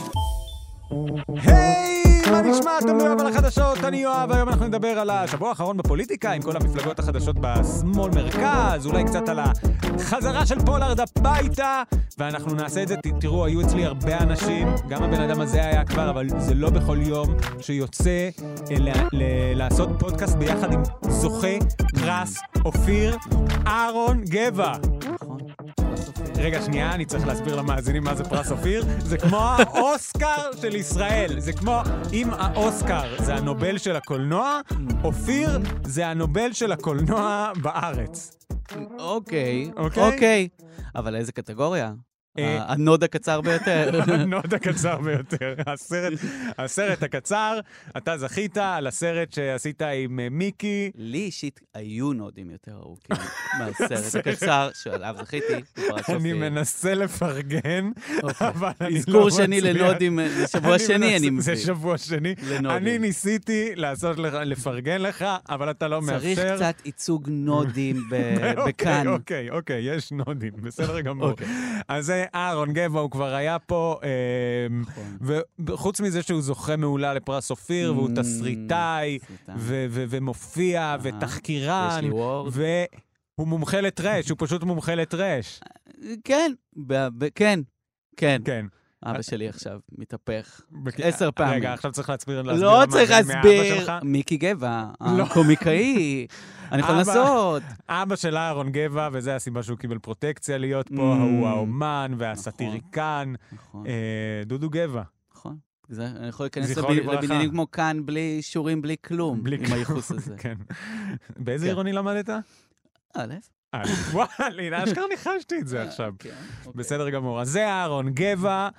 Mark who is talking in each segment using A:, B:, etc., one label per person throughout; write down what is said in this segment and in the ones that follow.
A: היי, מה נשמע? אתם ביואב על החדשות, אני יואב, היום אנחנו נדבר על השבוע האחרון בפוליטיקה, עם כל המפלגות החדשות בשמאל מרכז, אולי קצת על החזרה של פולארד הביתה, ואנחנו נעשה את זה, ת- תראו, היו אצלי הרבה אנשים, גם הבן אדם הזה היה כבר, אבל זה לא בכל יום שיוצא אה, ל- ל- לעשות פודקאסט ביחד עם זוכה פרס אופיר אהרון גבע.
B: נכון?
A: רגע, שנייה, אני צריך להסביר למאזינים מה זה פרס אופיר. זה כמו האוסקר של ישראל. זה כמו, אם האוסקר זה הנובל של הקולנוע, אופיר זה הנובל של הקולנוע בארץ.
B: אוקיי,
A: אוקיי?
B: אוקיי. אבל איזה קטגוריה?
A: אה.
B: ה- הנוד הקצר ביותר.
A: הנוד הקצר לא ביותר. הסרט, הסרט הקצר, אתה זכית על הסרט שעשית עם אה, מיקי.
B: לי אישית היו נודים יותר ארוכים מהסרט הקצר שעליו זכיתי, בפרס
A: אני
B: אופיר.
A: מנסה לפרגן,
B: אוקיי.
A: אבל אני לא מצליח.
B: אזכור שני לנודים, אה, זה שבוע
A: אני
B: שני,
A: מנס-
B: אני מבין.
A: זה שבוע שני.
B: לנודים.
A: אני ניסיתי לעשות לך, לפרגן לך, אבל אתה לא מאפשר.
B: צריך קצת ייצוג נודים ב-
A: אוקיי,
B: אה, בכאן.
A: אוקיי, אוקיי, יש נודים, בסדר גמור.
B: אוקיי.
A: אז זה אהרון גבע, הוא כבר היה פה, אמ,
B: נכון.
A: וחוץ מזה שהוא זוכה מעולה לפרס אופיר, והוא
B: Mm,
A: תסריטאי,
B: סליחה.
A: ו- אה, ו- ומופיע,
B: אהה. יש
A: ותחקירן,
B: לי וורד.
A: והוא מומחה לטרש, הוא פשוט מומחה לטרש.
B: כן, ב- ב- כן, כן.
A: כן.
B: אבא שלי עכשיו מתהפך.
A: בכ-
B: עשר פעמים.
A: רגע, עכשיו צריך להסביר להסביר
B: לא
A: למה
B: צריך
A: זה מאבא
B: להסביר.
A: שלך.
B: מיקי גבע,
A: לא.
B: הקומיקאי. אני יכול
A: אבא.
B: לנסות.
A: אבא של אהרון גבע, וזו הסיבה שהוא קיבל פרוטקציה להיות פה,
B: Mm.
A: הוא האומן והסטיריקן,
B: נכון,
A: אה, דודו גבע.
B: נכון. זה- אני יכול להיכנס
A: זכרו
B: לב-
A: לברכה.
B: לבניינים כמו כאן בלי אישורים, בלי כלום,
A: בלי
B: עם
A: כלום,
B: הייחוס הזה.
A: כן. באיזה
B: כן.
A: עירוני למדת?
B: א',
A: אה, וואלה, הנה, אשכרה ניחשתי את זה
B: אה,
A: עכשיו.
B: כן, אוקיי.
A: בסדר גמור. אז זה אהרון גבע.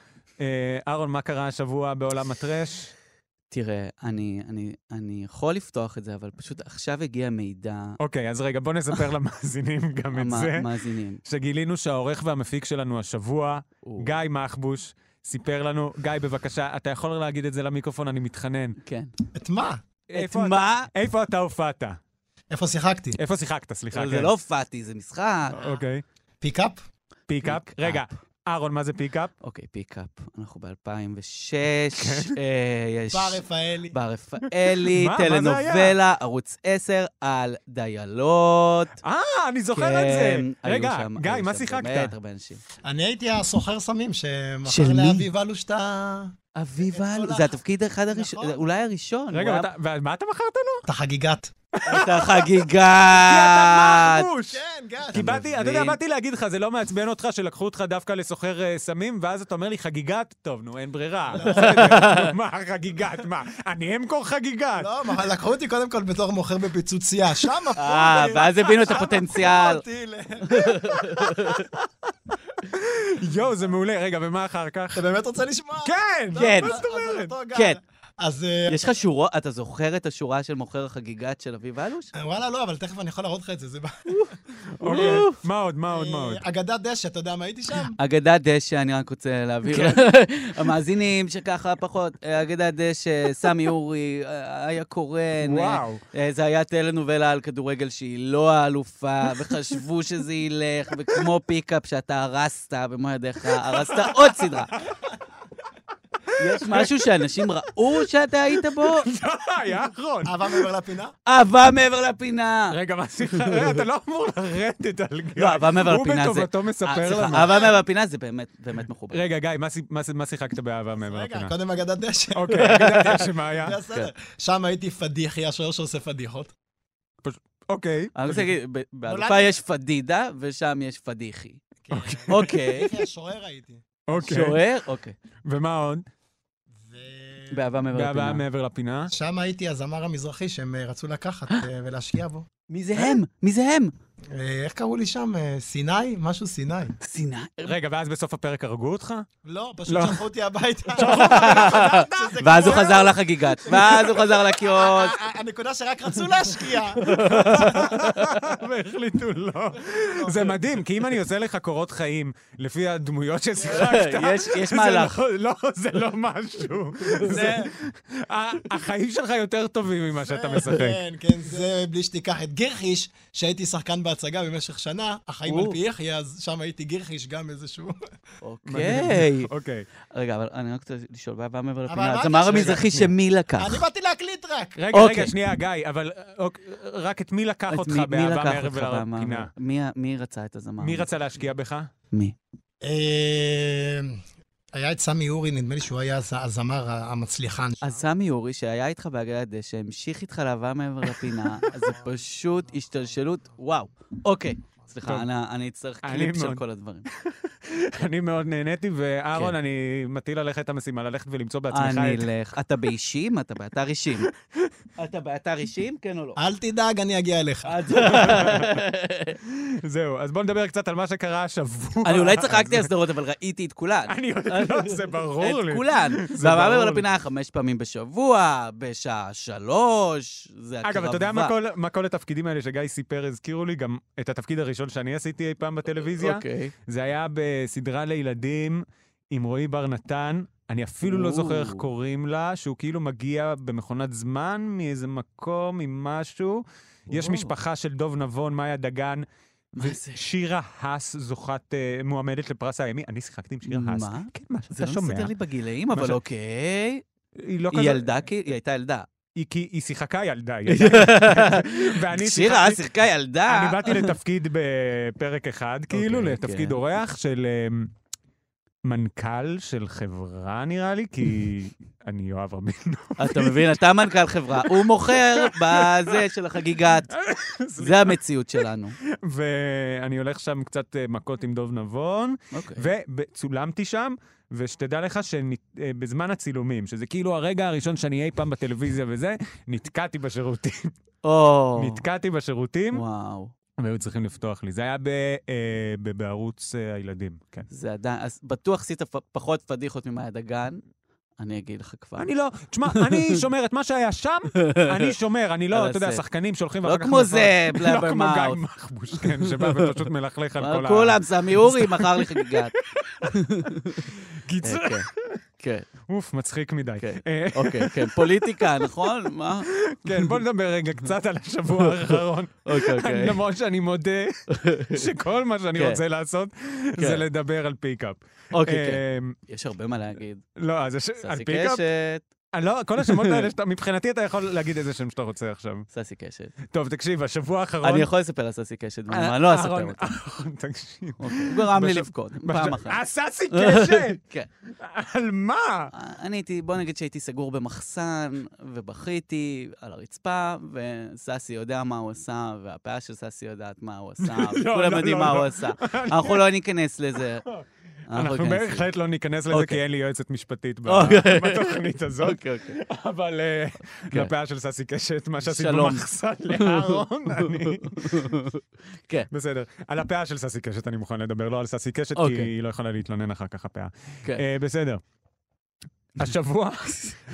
A: אה, אהרון, מה קרה השבוע בעולם הטרש?
B: תראה, אני- אני- אני יכול לפתוח את זה, אבל פשוט עכשיו הגיע מידע
A: אוקיי, אז רגע, בוא נספר למאזינים גם את זה,
B: המאזינים.
A: שגילינו שהעורך והמפיק שלנו השבוע, גיא מחבוש, סיפר לנו, גיא, בבקשה, אתה יכול להגיד את זה למיקרופון, אני מתחנן.
B: כן.
C: את מה?
B: את
A: איפה אתה-
B: מה?
A: איפה אתה הופעת?
C: איפה שיחקתי?
A: איפה שיחקת, סליחה.
B: אבל זה
A: כן.
B: לא הופעתי, זה משחק.
A: אוקיי.
C: פיקאפ?
A: פיקאפ.
B: פיקאפ.
A: רגע, אהרון, מה זה פיקאפ?
B: אוקיי, פיקאפ. אנחנו ב-2006, אה,
A: אוקיי.
B: יש...
C: בר רפאלי.
B: בר רפאלי,
A: מה? מה זה
B: טלנובלה, ערוץ 10, על דיילות.
A: אה, אני זוכר את זה.
B: כן, היו
A: רגע,
B: שם-
A: גיא,
B: היו
A: מה
B: שם
A: שיחקת?
B: באמת הרבה אנשים.
C: אני הייתי הסוחר סמים
B: של
C: שמכר
B: מי?
C: לאביב אלוש את ה-
B: אביבה,
C: כל
B: זה
C: ה-
B: התפקיד אחד הראשון,
C: נכון.
B: אולי הראשון.
A: רגע,
B: הוא אה,
A: ואתה- ומה אתה מכרת לו?
C: את החגיגת.
B: היה- את החגיגה.
A: כי אתה מחבוש!
C: גל.
A: כי באתי, אתה יודע,
B: כן, מבין?
A: באתי להגיד לך, זה לא מעצבן אותך שלקחו אותך דווקא לסוחר אה, סמים, ואז אתה אומר לי, חגיגת? טוב, נו, אין ברירה.
B: לא.
A: בסדר, נו, מה, חגיגת? מה, אני אמכור חגיגת?
C: לא, מה, לקחו אותי קודם כל בתור מוכר בפיצוצייה. שם הפכו
B: אה, ואז הבינו את הפוטנציאל.
C: אותי ל...
A: יואו, זה מעולה. רגע, ומה אחר כך?
C: אתה באמת רוצה לשמוע?
A: כן!
C: טוב,
B: כן.
C: אז-
A: מה זאת
C: אז
A: אומרת?
C: אותו גל.
B: כן.
C: אז אה,
B: יש לך שורות, אתה זוכר את השורה של מוכר החגיגת של אביב אלוש?
C: וואלה, לא, אבל תכף אני יכול להראות לך את זה. זה ב-
A: אוקיי, מה עוד, מה עוד, מה עוד?
C: אה, אגדת דשא, אתה יודע מה הייתי שם?
B: אגדת דשא, אני רק רוצה להבהיר
A: כן.
B: המאזינים שככה פחות, אה, אגדת דשא, סמי אורי, אה, איה קורן. אה,
A: וואו.
B: אה, זה היה טלנובלה על כדורגל שהיא לא האלופה, וחשבו שזה ילך, וכמו פיקאפ שאתה הרסת במו ידיך, הרסת עוד סדרה. יש משהו שאנשים ראו שאתה היית בו? אה.
A: היה אחרון.
C: אהבה מעבר לפינה?
B: אהבה מעבר לפינה.
A: רגע, מה סליחה? רגע, אתה לא אמור לרדת על גיא.
B: לא, אהבה מעבר לפינה זה...
A: הוא בטובתו
B: אה,
A: מספר
B: סליחה,
A: לנו.
B: אהבה מעבר לפינה זה באמת, באמת מחובר.
A: רגע, גיא, מה סי- מה סי- מה שיחקת באהבה מעבר
C: רגע,
A: לפינה?
C: קודם אגדת דשא.
A: אוקיי, ידעתי שמה היה.
C: זה הסדר.
B: כן.
C: שם הייתי פדיחי, השוער שעושה פדיחות.
A: אוקיי.
B: אני רוצה להגיד, ב- באלופה
C: נולדתי-
B: יש פדידה, ושם יש פדיחי.
C: כן.
B: אוקיי.
C: פדיחי, השוער הייתי.
A: אוקיי.
B: שוער? אוקיי.
A: ומה עוד?
C: ו-
B: באהבה מעבר
A: באהבה
B: לפינה.
A: מעבר לפינה.
C: שם הייתי הזמר המזרחי שהם אה, רצו לקחת אה, ולהשקיע בו.
B: מי זה הם? מי זה הם?
C: אה, איך קראו לי שם? אה, סיני? משהו סיני.
B: סיני.
A: רגע, ואז בסוף הפרק הרגו אותך?
C: לא, פשוט
A: לא.
C: שלחו אותי הביתה. שזה
B: ואז הוא
C: כאילו-
B: חזר לחגיגת, ואז הוא חזר לקיוסק.
C: ה- ה- הנקודה שרק רצו להשקיע.
A: והחליטו לא. זה מדהים, כי אם אני עושה לך קורות חיים לפי הדמויות ששיחקת,
B: יש- יש
A: זה
B: מהלך.
A: לא- לא, זה לא משהו. זה- ה- החיים שלך יותר טובים ממה שאתה משחק.
C: כן, כן, זה בלי שתיקח את גירחיש, שהייתי שחקן בהצגה במשך שנה, החיים על
B: או.
C: פי יחי, אז שם הייתי גירחיש גם איזשהו...
A: נכון.
B: אוקיי.
A: אוקיי.
B: רגע, אבל אני רק רוצה לשאול, מה- מה מעבר
C: אבל
B: לפינה?
C: אמרתי
B: הזמר
C: ש-
B: המזרחי שמי לקח?
C: אני באתי להקליט רק.
A: רגע, רגע,
B: אוקיי.
A: שנייה, גיא, אבל אה, אוק- רק את מי לקח
B: את
A: אותך
B: מי- מי
A: באהבה
B: לקח
A: מערב
B: אותך באהבה?
A: ולפינה?
B: מי ה- מי רצה את הזמר?
A: מי רצה להשקיע בך?
B: מי?
C: אה, היה את סמי אורי, נדמה לי שהוא היה הז- הזמר ה- המצליחן. שם.
B: אז סמי אורי, שהיה איתך בעגלת דשא, המשיך איתך לאהבה מעבר לפינה, אז זה פשוט השתלשלות, וואו. אוקיי.
A: טוב.
B: סליחה, אני- אני אצטרך
A: אני
B: קליפ של
A: מאוד-
B: כל הדברים.
A: אני מאוד נהניתי, ואהרון,
B: כן.
A: אני מטיל עליך את המשימה ללכת ולמצוא בעצמך
B: אני לא-
A: את...
B: אלך. אתה באישים? אתה באתר אישים. אתה באתר אישים? כן או לא?
C: אל תדאג, אני אגיע אליך.
A: זהו, אז בוא נדבר קצת על מה שקרה השבוע.
B: אני אולי צחקתי על סדרות, אבל ראיתי את כולן.
A: אני יודע, לא, זה ברור לי.
B: את כולן.
A: זה ברור
B: והמעבר
A: לי.
B: לפינה היה חמש פעמים בשבוע, בשעה שלוש, זה הקרבה.
A: אגב, אתה יודע מה כל, מה כל התפקידים האלה שגיא סיפר הזכירו לי? גם את התפקיד הראשון שאני עשיתי אי פעם בטלוויזיה.
B: אוקיי.
A: זה היה בסדרה לילדים עם רועי בר נתן. אני אפילו לא זוכר איך
B: או.
A: קוראים לה, שהוא כאילו מגיע במכונת זמן מאיזה מקום, ממשהו. יש
B: או.
A: משפחה של דוב נבון, מאיה דגן.
B: מה זה?
A: שירה האס זוכת, אה, מועמדת לפרס הימי. אני שיחקתי עם שירה האס.
B: מה?
A: כן, מה שאתה
B: זה לא
A: שומע.
B: מסתדר לי בגילאים,
A: מה ש-
B: אבל אוקיי.
A: היא לא
B: היא
A: כזאת-
B: ילדה, כי- היא הייתה ילדה.
A: היא, כי היא שיחקה ילדה, היא ילדה. ואני
B: שירה
A: שיחקתי-
B: אז שיחקה ילדה.
A: אני באתי לתפקיד בפרק אחד, כאילו,
B: אוקיי,
A: לתפקיד
B: כן.
A: אורח של אמ, מנכ"ל של חברה, נראה לי, כי אני יואב רבינו.
B: אתה מבין, אתה מנכ"ל חברה, הוא מוכר בזה של החגיגת. זה המציאות שלנו.
A: ואני הולך שם קצת אה, מכות עם דוב נבון,
B: אוקיי.
A: וצולמתי שם, ושתדע לך שבזמן הצילומים, שזה כאילו הרגע הראשון שאני אי פעם בטלוויזיה וזה, נתקעתי בשירותים.
B: או,
A: נתקעתי בשירותים,
B: וואו.
A: הם היו צריכים לפתוח לי. זה היה ב- אה, ב- בערוץ אה, הילדים, כן.
B: זה עדיין, אז בטוח עשית פ- פחות פדיחות ממאיה דגן, אני אגיד לך כבר.
A: אני לא, תשמע, אני שומר את מה שהיה שם, אני שומר, אני
B: על
A: לא, אתה יודע,
B: הסט.
A: שחקנים שולחים
B: לא
A: ואחר כך...
B: כמו זה,
A: מפרט.
B: בלאבר
A: לא כמו
B: מאוט.
A: גיא מחבוש, כן, שבא ופשוט מלכלך על לא כל ה...
B: כולם, סמי אורי, מכר לי חגיגת.
A: קיצור,
B: כן, כן,
A: אוף, מצחיק מדי.
B: כן.
A: אה,
B: אוקיי, כן. פוליטיקה, נכון? מה?
A: כן, בוא נדבר רגע קצת על השבוע האחרון.
B: אוקיי, אוקיי.
A: למרות שאני מודה שכל מה שאני
B: כן.
A: רוצה לעשות זה
B: כן.
A: לדבר על פיקאפ.
B: אוקיי, כן.
A: אמ,
B: יש הרבה מה להגיד.
A: לא, אז הש- על
B: ססי
A: פיקאפ,
B: קשת,
A: אני לא, כל השמות האלה, שאתה- מבחינתי אתה יכול להגיד איזה שם שאתה רוצה עכשיו.
B: ססי קשת.
A: טוב, תקשיב, השבוע האחרון...
B: אני יכול לספר על ססי קשת,
A: אה,
B: אבל אני לא אספר
A: אהרון,
B: אותה.
A: אהרון, תקשיב.
B: אוקיי, הוא גרם לי
A: בש-
B: לבכות, פעם אחת.
A: הסאסי קשת?
B: כן.
A: על מה?
B: אני הייתי, בוא נגיד שהייתי סגור במחסן, ובכיתי על הרצפה, וססי יודע מה הוא עשה, והפאה של ססי יודעת מה הוא עשה,
A: לא,
B: וכולם
A: לא,
B: יודעים
A: לא,
B: מה הוא
A: לא.
B: עשה. אנחנו לא ניכנס לזה.
A: אנחנו
B: ניכנס לזה.
A: בהחלט לא ניכנס לזה, כי
B: אוקיי.
A: אין לי יועצת משפטית ב-
B: אוקיי.
A: בתוכנית הזאת,
B: אוקיי, אוקיי. כן.
A: אבל אה, לפאה של סאסי קשת, מה שעשית
B: שלום.
A: במחסן לאהרון, אני...
B: כן.
A: בסדר. על הפאה של סאסי קשת אני מוכן לדבר, לא על סאסי קשת, כי
B: אוקיי.
A: היא לא יכולה להתלונן אחר כך, הפאה.
B: כן.
A: אה, בסדר. השבוע,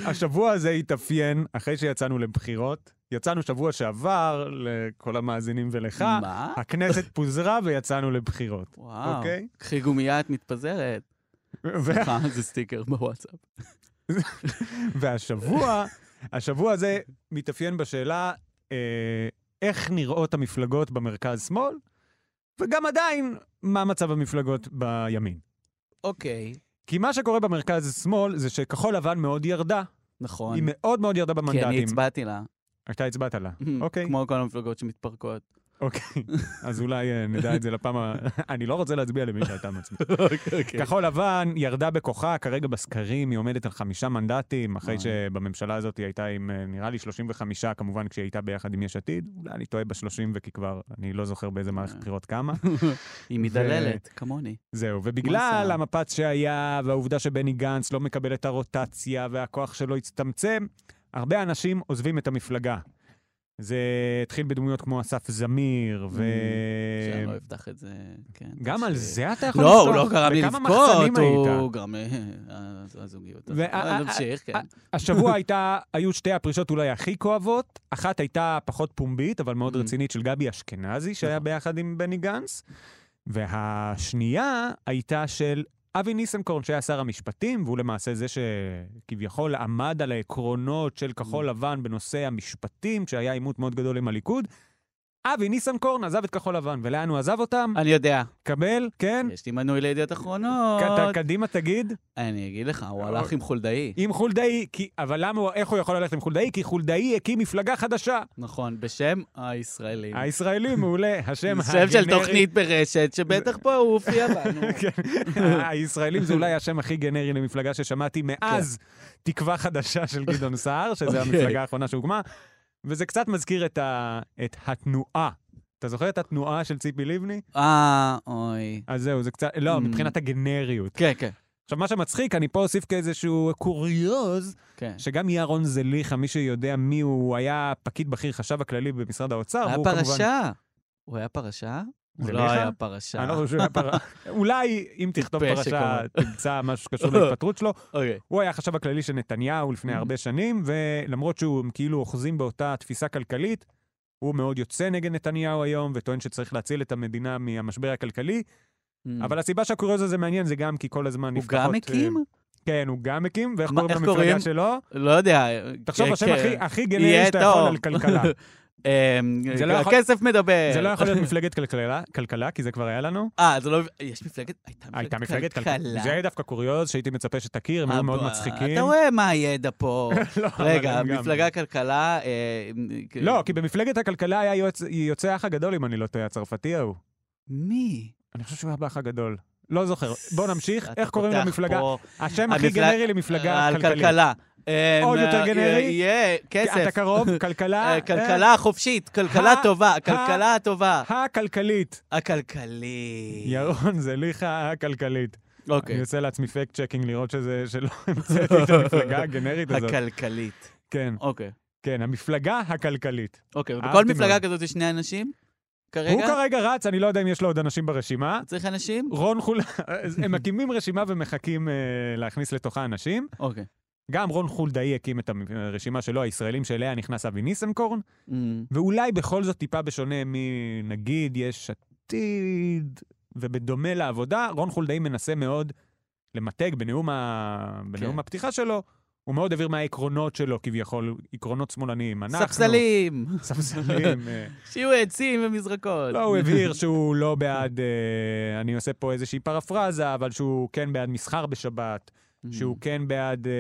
A: השבוע הזה התאפיין, אחרי שיצאנו לבחירות, יצאנו שבוע שעבר לכל המאזינים ולך,
B: מה?
A: הכנסת פוזרה ויצאנו לבחירות.
B: וואו.
A: אוקיי.
B: קחי גומייה, את מתפזרת.
A: ו-
B: סליחה, זה סטיקר בוואטסאפ.
A: והשבוע, השבוע הזה מתאפיין בשאלה אה, איך נראות המפלגות במרכז-שמאל, וגם עדיין, מה מצב המפלגות בימין.
B: אוקיי.
A: כי מה שקורה במרכז-שמאל זה שכחול לבן מאוד ירדה.
B: נכון.
A: היא מאוד מאוד ירדה
B: כי אני
A: במנדטים.
B: הצבעתי לה.
A: אתה הצבעת לה. אוקיי.
B: כמו כל המפלגות שמתפרקות.
A: אוקיי, אז אולי אה, נדע את זה לפעם ה... אני לא רוצה להצביע למי שאתה מצביע.
B: אוקיי, אוקיי.
A: כחול לבן ירדה בכוחה, כרגע בסקרים היא עומדת על חמישה מנדטים, אחרי
B: וואי.
A: שבממשלה הזאת היא הייתה עם, אה, נראה לי, 35, כמובן, כשהיא הייתה ביחד עם יש עתיד. אולי אני טועה בשלושים וכי כבר, אני לא זוכר באיזה מערכת
B: אה.
A: בחירות כמה.
B: היא מתדללת, כמוני.
A: זהו,
B: מה
A: ובגלל
B: עשה?
A: המפץ שהיה, והעובדה שבני גנץ לא מקבל את הרוטציה, והכוח שלו הצטמצם, הרבה אנשים עוזבים את המפלגה. זה התחיל בדמויות כמו אסף זמיר, ו...
B: Mm, שאני לא אפתח את זה, כן.
A: אה, גם על זה אתה יכול
B: לא,
A: לפתוח?
B: הוא לא גרם לי
A: בכמה
B: לבכות,
A: מחסנים
B: הוא
A: היית?
B: גרם... אה, הזוגיות.
A: ו- אה,
B: אה, נמשיך, כן.
A: השבוע הייתה, היו שתי הפרישות אולי הכי כואבות. אחת הייתה פחות פומבית, אבל מאוד
B: Mm.
A: רצינית, של גבי אשכנזי, שהיה
B: נכון.
A: ביחד עם בני גנץ. והשנייה הייתה של אבי ניסנקורן, שהיה שר המשפטים, והוא למעשה זה שכביכול עמד על העקרונות של כחול לבן בנושא המשפטים, שהיה עימות מאוד גדול עם הליכוד. אבי ניסנקורן עזב את כחול לבן, ולאן הוא עזב אותם?
B: אני יודע,
A: קבל, כן?
B: יש לי מנוי לידיעות אחרונות.
A: ק- ת- קדימה תגיד.
B: אני אגיד לך, הוא הלך עם חולדאי.
A: עם חולדאי, כי... אבל למה, הוא- איך הוא יכול ללכת עם חולדאי? כי חולדאי הקים מפלגה חדשה.
B: נכון, בשם הישראלים.
A: הישראלי מעולה, השם
B: שם כאילו. של תוכנית ברשת, שבטח פה הוא הופיע לנו.
A: כן. הישראלים זה אולי השם הכי גנרי למפלגה ששמעתי מאז תקווה חדשה של גדעון סער, שזו
B: כן. אוקיי.
A: המפלגה האחרונה שהוקמה, וזה קצת מזכיר את ה- את התנועה. אתה זוכר את התנועה של ציפי לבני?
B: אה, אוי.
A: אז זהו, זה קצת, לא,
B: Mm.
A: מבחינת הגנריות.
B: כן, כן,
A: עכשיו, מה שמצחיק, אני פה אוסיף כאיזשהו קוריוז,
B: כן.
A: שגם ירון זליכה, מי שיודע מי הוא, הוא היה פקיד בכיר חשב הכללי במשרד האוצר.
B: היה
A: והוא כמובן-
B: פרשה. הוא היה פרשה? הוא לא
A: זליכה?
B: היה פרשה.
A: אני לא חושב שהוא היה פרשה. אולי אם תכתוב
B: טיפש
A: פרשה,
B: שכמוהו.
A: תמצא משהו שקשור להתפטרות שלו.
B: אוקיי.
A: הוא היה החשב הכללי של נתניהו לפני
B: Mm-hmm.
A: הרבה שנים, ולמרות שהוא, הם כאילו אוחזים באותה תפיסה כלכלית, הוא מאוד יוצא נגד נתניהו היום, וטוען שצריך להציל את המדינה מהמשבר הכלכלי. אבל הסיבה שהקוריוז הזה מעניין זה גם כי כל הזמן
B: Mm. הוא
A: נפתחות...
B: גם הקים?
A: אה, כן, הוא גם הקים, ואיך
B: מה-
A: קוראים
B: איך
A: למפלגה
B: קוראים?
A: שלו?
B: לא יודע.
A: תחשוב,
B: כן,
A: השם
B: כן.
A: הכי- הכי
B: יהיה
A: גנרי שאתה יכול
B: טוב.
A: על כלכלה.
B: אמ,
A: זה לא יכול-
B: הכסף מדבר.
A: זה לא יכול להיות מפלגת כלכלה- כלכלה, כי זה כבר היה לנו.
B: אה, זה לא... יש מפלגת... הייתה מפלגת
A: הייתה מפלגת
B: כלכלה.
A: כלכלה. זה היה דווקא קוריוז שהייתי מצפה שתכיר, הם היו מאוד מצחיקים.
B: אתה רואה מה הידע פה.
A: לא, אבל
B: רגע,
A: הם גם-
B: מפלגה כלכלה... אה,
A: לא, כי במפלגת הכלכלה היה יועץ- יוצא האח הגדול, אם אני לא טועה, הצרפתי ההוא.
B: מי?
A: אני חושב שהוא היה באח הגדול. לא זוכר. בוא נמשיך,
B: אתה
A: איך קוראים
B: פותח
A: למפלגה?
B: פה
A: השם הכי
B: המפלג- אה,
A: גנרי למפלגה
B: על
A: כלכלית.
B: כלכלה.
A: עוד
B: אמ,
A: יותר
B: אה,
A: גנרי?
B: יהיה
A: אתה
B: כסף.
A: קרוב, אה, כלכלה,
B: אה, כלכלה חופשית, כלכלה
A: ה-
B: טובה,
A: ה-
B: כלכלה טובה.
A: אה, הכלכלית.
B: הכלכלי.
A: ירון זליכה הכלכלית. אני
B: אוקיי.
A: עושה לעצמי פקט צ'קינג לראות שזה, שלא המצאתי את המפלגה הגנרית הזאת.
B: הכלכלית.
A: כן,
B: אוקיי.
A: כן, המפלגה הכלכלית.
B: אוקיי, ובכל
A: אהבתי
B: מפלגה
A: מאוד.
B: כזאת יש שני אנשים?
A: הוא
B: כרגע?
A: כרגע רץ, אני לא יודע אם יש לו עוד אנשים ברשימה.
B: צריך אנשים?
A: רון חולדאי, הם מקימים רשימה ומחכים אה, להכניס לתוכה אנשים.
B: אוקיי.
A: גם רון חולדאי הקים את הרשימה שלו, הישראלים שאליה נכנס אבי ניסנקורן,
B: אמ,
A: ואולי בכל זאת טיפה בשונה מנגיד יש עתיד, ובדומה לעבודה, רון חולדאי מנסה מאוד למתג בנאום, ה... בנאום
B: כן.
A: הפתיחה שלו, הוא מאוד העביר מהעקרונות שלו כביכול, עקרונות שמאלניים. אנחנו-
B: ספסלים,
A: ספסלים. אה,
B: שיהיו עצים ומזרקות.
A: לא, הוא הבהיר שהוא לא בעד, אה, אני עושה פה איזושהי פרפרזה, אבל שהוא כן בעד מסחר בשבת,
B: אמ,
A: שהוא כן בעד אה,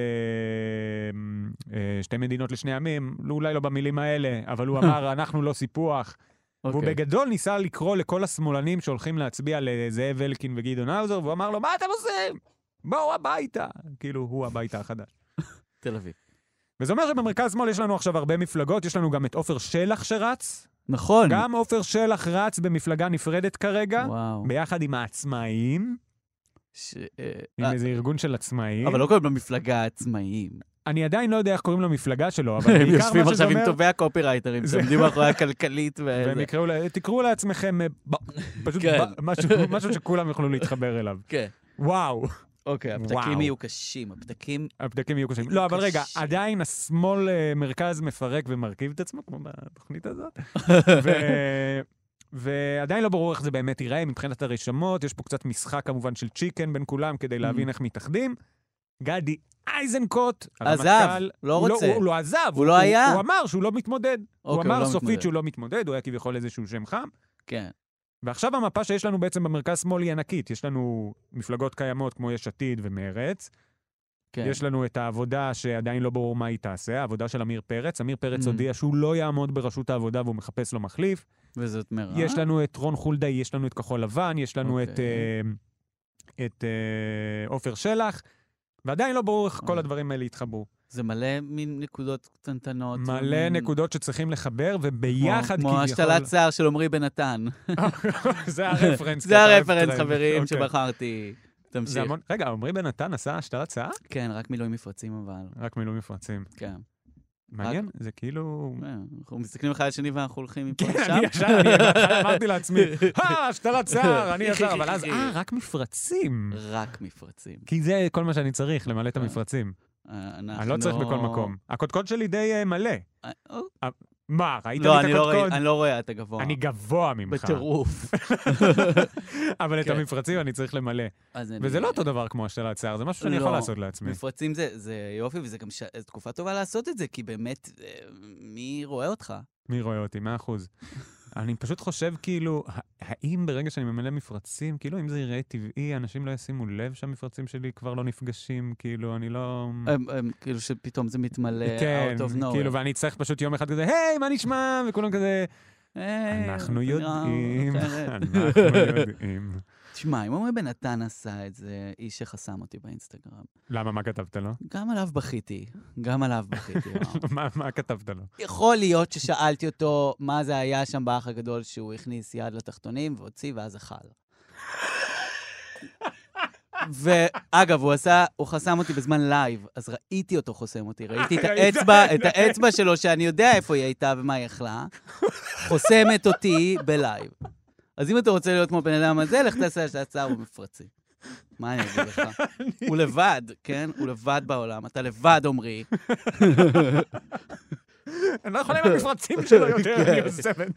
A: אה, שתי מדינות לשני עמים, לא- אולי לא במילים האלה, אבל הוא אמר, אנחנו לא סיפוח. והוא
B: אוקיי.
A: בגדול ניסה לקרוא לכל השמאלנים שהולכים להצביע לזאב אלקין וגדעון האוזר, והוא אמר לו, מה אתם עושים? בואו הביתה. כאילו, הוא הביתה החדש.
B: תל אביב.
A: וזה אומר שבמרכז-שמאל יש לנו עכשיו הרבה מפלגות, יש לנו גם את עופר שלח שרץ.
B: נכון.
A: גם עופר שלח רץ במפלגה נפרדת כרגע,
B: וואו.
A: ביחד עם העצמאים,
B: ש- אה,
A: עם
B: אה,
A: איזה ארגון של עצמאים.
B: אבל לא קוראים למפלגה עצמאים.
A: אני עדיין לא יודע איך קוראים למפלגה שלו, אבל
B: הם
A: בעיקר
B: יושבים
A: מה שזה
B: עכשיו עם
A: אומר...
B: טובי הקופירייטרים
A: זה-
B: שעומדים מאחורי הכלכלית
A: והם
B: וזה.
A: יקראו, לה- תקראו לעצמכם, אה, ב- פשוט
B: כן.
A: ב- משהו- משהו שכולם יוכלו להתחבר אליו.
B: כן.
A: וואו,
B: אוקיי, הפתקים
A: וואו.
B: יהיו קשים, הפתקים...
A: הפתקים יהיו קשים. לא, אבל רגע,
B: קשה.
A: עדיין השמאל אה, מרכז מפרק ומרכיב את עצמו, כמו בתוכנית הזאת. ו- ועדיין לא ברור איך זה באמת ייראה מבחינת הרשמות, יש פה קצת משחק כמובן של צ'יקן בין כולם כדי
B: Mm.
A: להבין איך מתאחדים. גדי איזנקוט,
B: עזב,
A: הרמטכ"ל,
B: לא
A: הוא
B: רוצה.
A: הוא לא עזב,
B: הוא לא היה.
A: הוא אמר שהוא לא מתמודד. הוא
B: אוקיי,
A: אמר
B: לא
A: סופית
B: מתמודד.
A: שהוא לא מתמודד, הוא היה כביכול איזשהו שם חם.
B: כן.
A: ועכשיו המפה שיש לנו בעצם במרכז-שמאל היא ענקית. יש לנו מפלגות קיימות כמו יש עתיד ומרצ.
B: כן.
A: יש לנו את העבודה שעדיין לא ברור מה היא תעשה, העבודה של עמיר פרץ. עמיר פרץ
B: Mm.
A: הודיע שהוא לא יעמוד בראשות העבודה והוא מחפש לו מחליף.
B: וזאת מרעה?
A: יש לנו את רון חולדאי, יש לנו את כחול לבן, יש לנו את
B: אה? אוקיי.
A: אה, את אה, עופר שלח, ועדיין לא ברור איך כל
B: אוקיי.
A: הדברים האלה יתחברו.
B: זה מלא מין נקודות קטנטנות.
A: מלא
B: ומין-
A: נקודות שצריכים לחבר,
B: כמו-
A: וביחד כביכול...
B: כמו השתלת שיער של עמרי בן נתן.
A: זה הרפרנס.
B: זה הרפרנס,
A: אוקיי.
B: חברים, שבחרתי.
A: זה
B: תמשיך.
A: המון... רגע, עמרי בן נתן עשה השתלת שיער?
B: כן, רק מילואים מפרצים אבל.
A: רק מילואים מפרצים.
B: כן. אה,
A: מעניין, זה כאילו...
B: אנחנו מסתכלים אחד על השני ואנחנו הולכים מפה
A: כן,
B: לשם.
A: אני ישר, אני בהתחלה אמרתי לעצמי, אה, השתלת שיער, אני ישר, אבל אז, אה, רק מפרצים.
B: רק מפרצים. אה,
A: כי זה כל מה שאני צריך, למלא את
B: כן.
A: המפרצים. אני לא צריך בכל מקום. הקודקוד שלי די אה, מלא. מה, ראית לי
B: אוקיי. לא,
A: את
B: אני לא רואה-
A: הקודקוד?
B: אני לא רואה, אתה גבוה.
A: אני גבוה ממך.
B: בטירוף.
A: אבל את
B: כן.
A: המפרצים אני צריך למלא.
B: אז אני-
A: וזה לא אותו דבר כמו השתלת שיער, זה משהו שאני
B: לא.
A: יכול לעשות לעצמי.
B: מפרצים זה, זה יופי, וזה גם ש... תקופה טובה לעשות את זה, כי באמת, אה, מי רואה אותך?
A: מי רואה אותי? מאה אחוז. אני פשוט חושב, כאילו, ה- האם ברגע שאני ממלא מפרצים, כאילו, אם זה ייראה טבעי, אנשים לא ישימו לב שהמפרצים שלי כבר לא נפגשים, כאילו, אני לא...
B: הם, הם, כאילו שפתאום זה מתמלא
A: כן,
B: uh, out of nowhere.
A: כאילו, ואני צריך פשוט יום אחד כזה, היי, מה נשמע? וכולם כזה,
B: היי,
A: אנחנו
B: אתה נראה
A: יודעים,
B: אחרת."
A: אנחנו יודעים.
B: תשמע, אם עמרי בן נתן עשה את זה, איש שחסם אותי באינסטגרם.
A: למה, מה כתבת לו?
B: גם עליו בכיתי, גם עליו בכיתי. וואו.
A: מה- מה כתבת לו?
B: יכול להיות ששאלתי אותו מה זה היה שם באח הגדול שהוא הכניס יד לתחתונים והוציא ואז אכל. ואגב, הוא עשה, הוא חסם אותי בזמן לייב, אז ראיתי אותו חוסם אותי, ראיתי את
A: ראית?
B: האצבע, את האצבע שלו, שאני יודע איפה היא הייתה ומה היא אכלה, חוסמת אותי בלייב. אז אם אתה רוצה להיות כמו בן אדם הזה, לך תעשה את ההצעה, הוא מפרצי. מה אני אגיד לך? הוא לבד, כן? הוא לבד בעולם, אתה לבד, עמרי.
A: אני לא יכול עם המפרצים שלו יותר, אני עוזבת.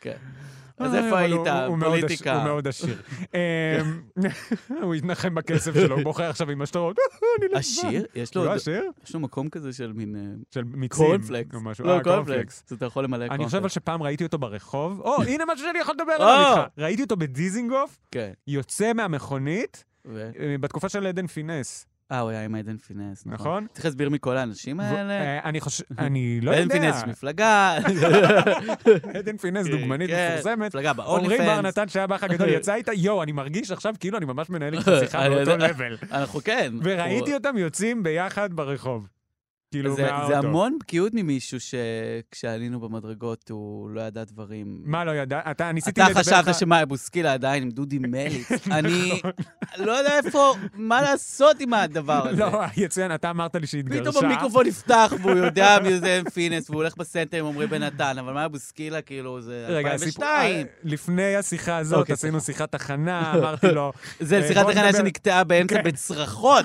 B: כן. אז
A: אה,
B: איפה
A: אבל הוא-
B: היית?
A: הוא- הוא מאוד עש- הוא
B: פוליטיקה.
A: מאוד עשיר. אמ, הוא התנחם בכסף שלו, הוא בוכה עכשיו עם השטרות. אה, אני לבד.
B: עשיר? יש לו
A: לא
B: עוד-
A: עשיר?
B: יש לו מקום כזה של מין אה,
A: של מיצים.
B: קורנפלקס.
A: או משהו.
B: לא,
A: אה,
B: קורנפלקס. אז אתה יכול למלא
A: אני
B: קורנפלקס.
A: חושב אבל שפעם ראיתי אותו ברחוב. או, הנה משהו שאני יכול לדבר
B: או.
A: עליו איתך. ראיתי אותו בדיזינגוף,
B: כן.
A: יוצא מהמכונית,
B: ו-
A: אה, בתקופה של עדן פינס,
B: אה, הוא היה עם עדן פינס, נכון.
A: נכון?
B: צריך להסביר מי כל האנשים
A: ו-
B: האלה?
A: אה, אני חושב, אני לא
B: עדן
A: יודע.
B: פינס מפלגה.
A: עדן פינס, דוגמנית
B: כן,
A: מפורסמת.
B: מפלגה באוני
A: עמרי בר
B: פנס.
A: נתן שהיה באח הגדול יצא איתה, יואו, אני מרגיש עכשיו כאילו אני ממש מנהל איתך שיחה
B: אני
A: באותו
B: יודע.
A: לבל.
B: אנחנו כן.
A: וראיתי
B: הוא-
A: אותם יוצאים ביחד ברחוב. כאילו,
B: זה-
A: מהאוטו.
B: זה המון בקיאות ממישהו שכשעלינו במדרגות הוא לא ידע דברים.
A: מה לא ידע? אתה, ניסיתי
B: אתה
A: לדבר
B: חשבת
A: לך...
B: שמאי בוסקילה עדיין עם דודי מליץ. אני לא יודע איפה, מה לעשות עם הדבר הזה.
A: נכון. לא, יצוין, אתה אמרת לי שהתגרשה.
B: פתאום המיקרופון נפתח והוא יודע מי זה אין פינס, והוא הולך בסנטר עם עמרי בן נתן, אבל מאיה בוסקילה, כאילו, זה
A: רגע, הסיפור...
B: 2002.
A: אה, לפני השיחה הזאת
B: אוקיי,
A: עשינו שיחת הכנה, אמרתי לו...
B: זה
A: אה,
B: שיחת
A: בוא
B: הכנה
A: נדבר-
B: שנקטעה באמצע
A: כן.
B: בצרחות,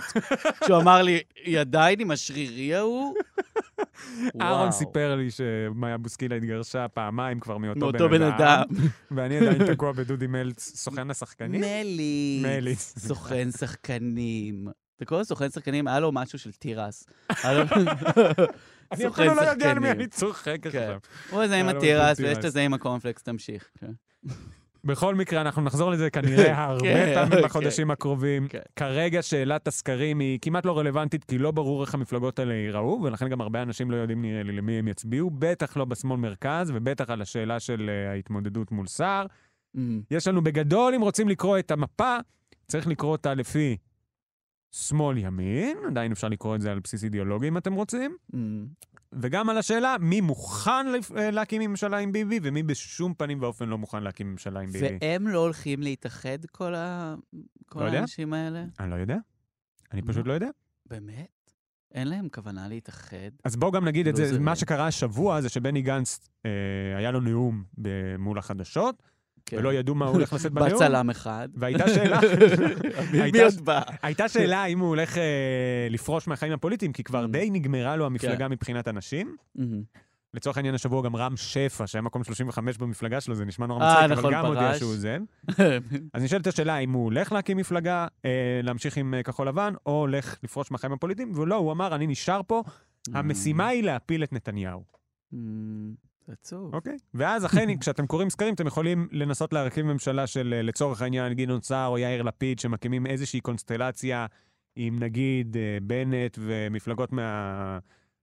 B: כשהוא אמר לי, "היא עדיין עם השרירי ההוא?
A: אהרון
B: וואו.
A: סיפר לי שמאיה בוסקילה התגרשה פעמיים כבר מאותו
B: מאותו בן אדם.
A: ואני עדיין תקוע בדודי מלץ, סוכן השחקנים.
B: מליץ.
A: מליץ.
B: סוכן שחקנים. אתה קורא לו סוכן שחקנים, היה לו משהו של תירס. היה לו-
A: אני
B: סוכן
A: אפילו לא יודע על מי
B: שחקנים.
A: אני צוחק
B: כן.
A: עכשיו.
B: הוא זה עם
A: היה לו
B: התירס,
A: משהו של
B: ויש
A: תירס.
B: לזה עם הקורנפלקס, תמשיך. כן.
A: בכל מקרה, אנחנו נחזור לזה כנראה הרבה
B: כן,
A: פעמים
B: כן,
A: בחודשים הקרובים.
B: כן.
A: כרגע שאלת הסקרים היא כמעט לא רלוונטית, כי לא ברור איך המפלגות האלה ייראו, ולכן גם הרבה אנשים לא יודעים נראה לי למי הם יצביעו, בטח לא בשמאל מרכז, ובטח על השאלה של אה, ההתמודדות מול סער.
B: אמ,
A: יש לנו בגדול, אם רוצים לקרוא את המפה, צריך לקרוא אותה לפי שמאל-ימין, עדיין אפשר לקרוא את זה על בסיס אידיאולוגי אם אתם רוצים.
B: אמ.
A: וגם על השאלה מי מוכן לפ- אה, להקים ממשלה עם ביבי ומי בשום פנים ואופן לא מוכן להקים ממשלה עם ביבי.
B: והם לא הולכים להתאחד, כל ה- כל
A: לא יודע.
B: האנשים האלה?
A: אני לא יודע. אני פשוט לא יודע.
B: באמת? אין להם כוונה להתאחד?
A: אז בואו גם נגיד את זה,
B: לוזרים.
A: מה שקרה השבוע זה שבני גנץ, אה, היה לו נאום ב- מול החדשות,
B: כן.
A: ולא ידעו מה הוא הולך לשאת בנאום.
B: בצלם אחד.
A: והייתה שאלה,
B: מי-
A: הייתה
B: מי
A: ש-
B: עוד בא?
A: הייתה שאלה האם הוא הולך אה, לפרוש מהחיים הפוליטיים, כי כבר
B: Mm. כן.
A: די נגמרה לו המפלגה מבחינת אנשים.
B: אמ.
A: לצורך העניין השבוע גם רם שפע, שהיה מקום 35 במפלגה שלו, זה נשמע נורא
B: אה,
A: מצחיק, אבל
B: נכון,
A: גם הודיע
B: פרש.
A: שהוא זה. אז נשאלת השאלה האם הוא הולך להקים מפלגה, אה, להמשיך עם אה, כחול לבן, או הולך לפרוש מהחיים הפוליטיים, ולא, הוא אמר, אני נשאר פה,
B: Mm.
A: המשימה היא להפיל את נתניהו,
B: אמ, זה עצוב.
A: אוקיי? ואז אכן, כשאתם קוראים סקרים, אתם יכולים לנסות להרכיב ממשלה של, אה, לצורך העניין, גדעון סער או יאיר לפיד, שמקימים איזושהי קונסטלציה עם נגיד אה, בנט ומפלגות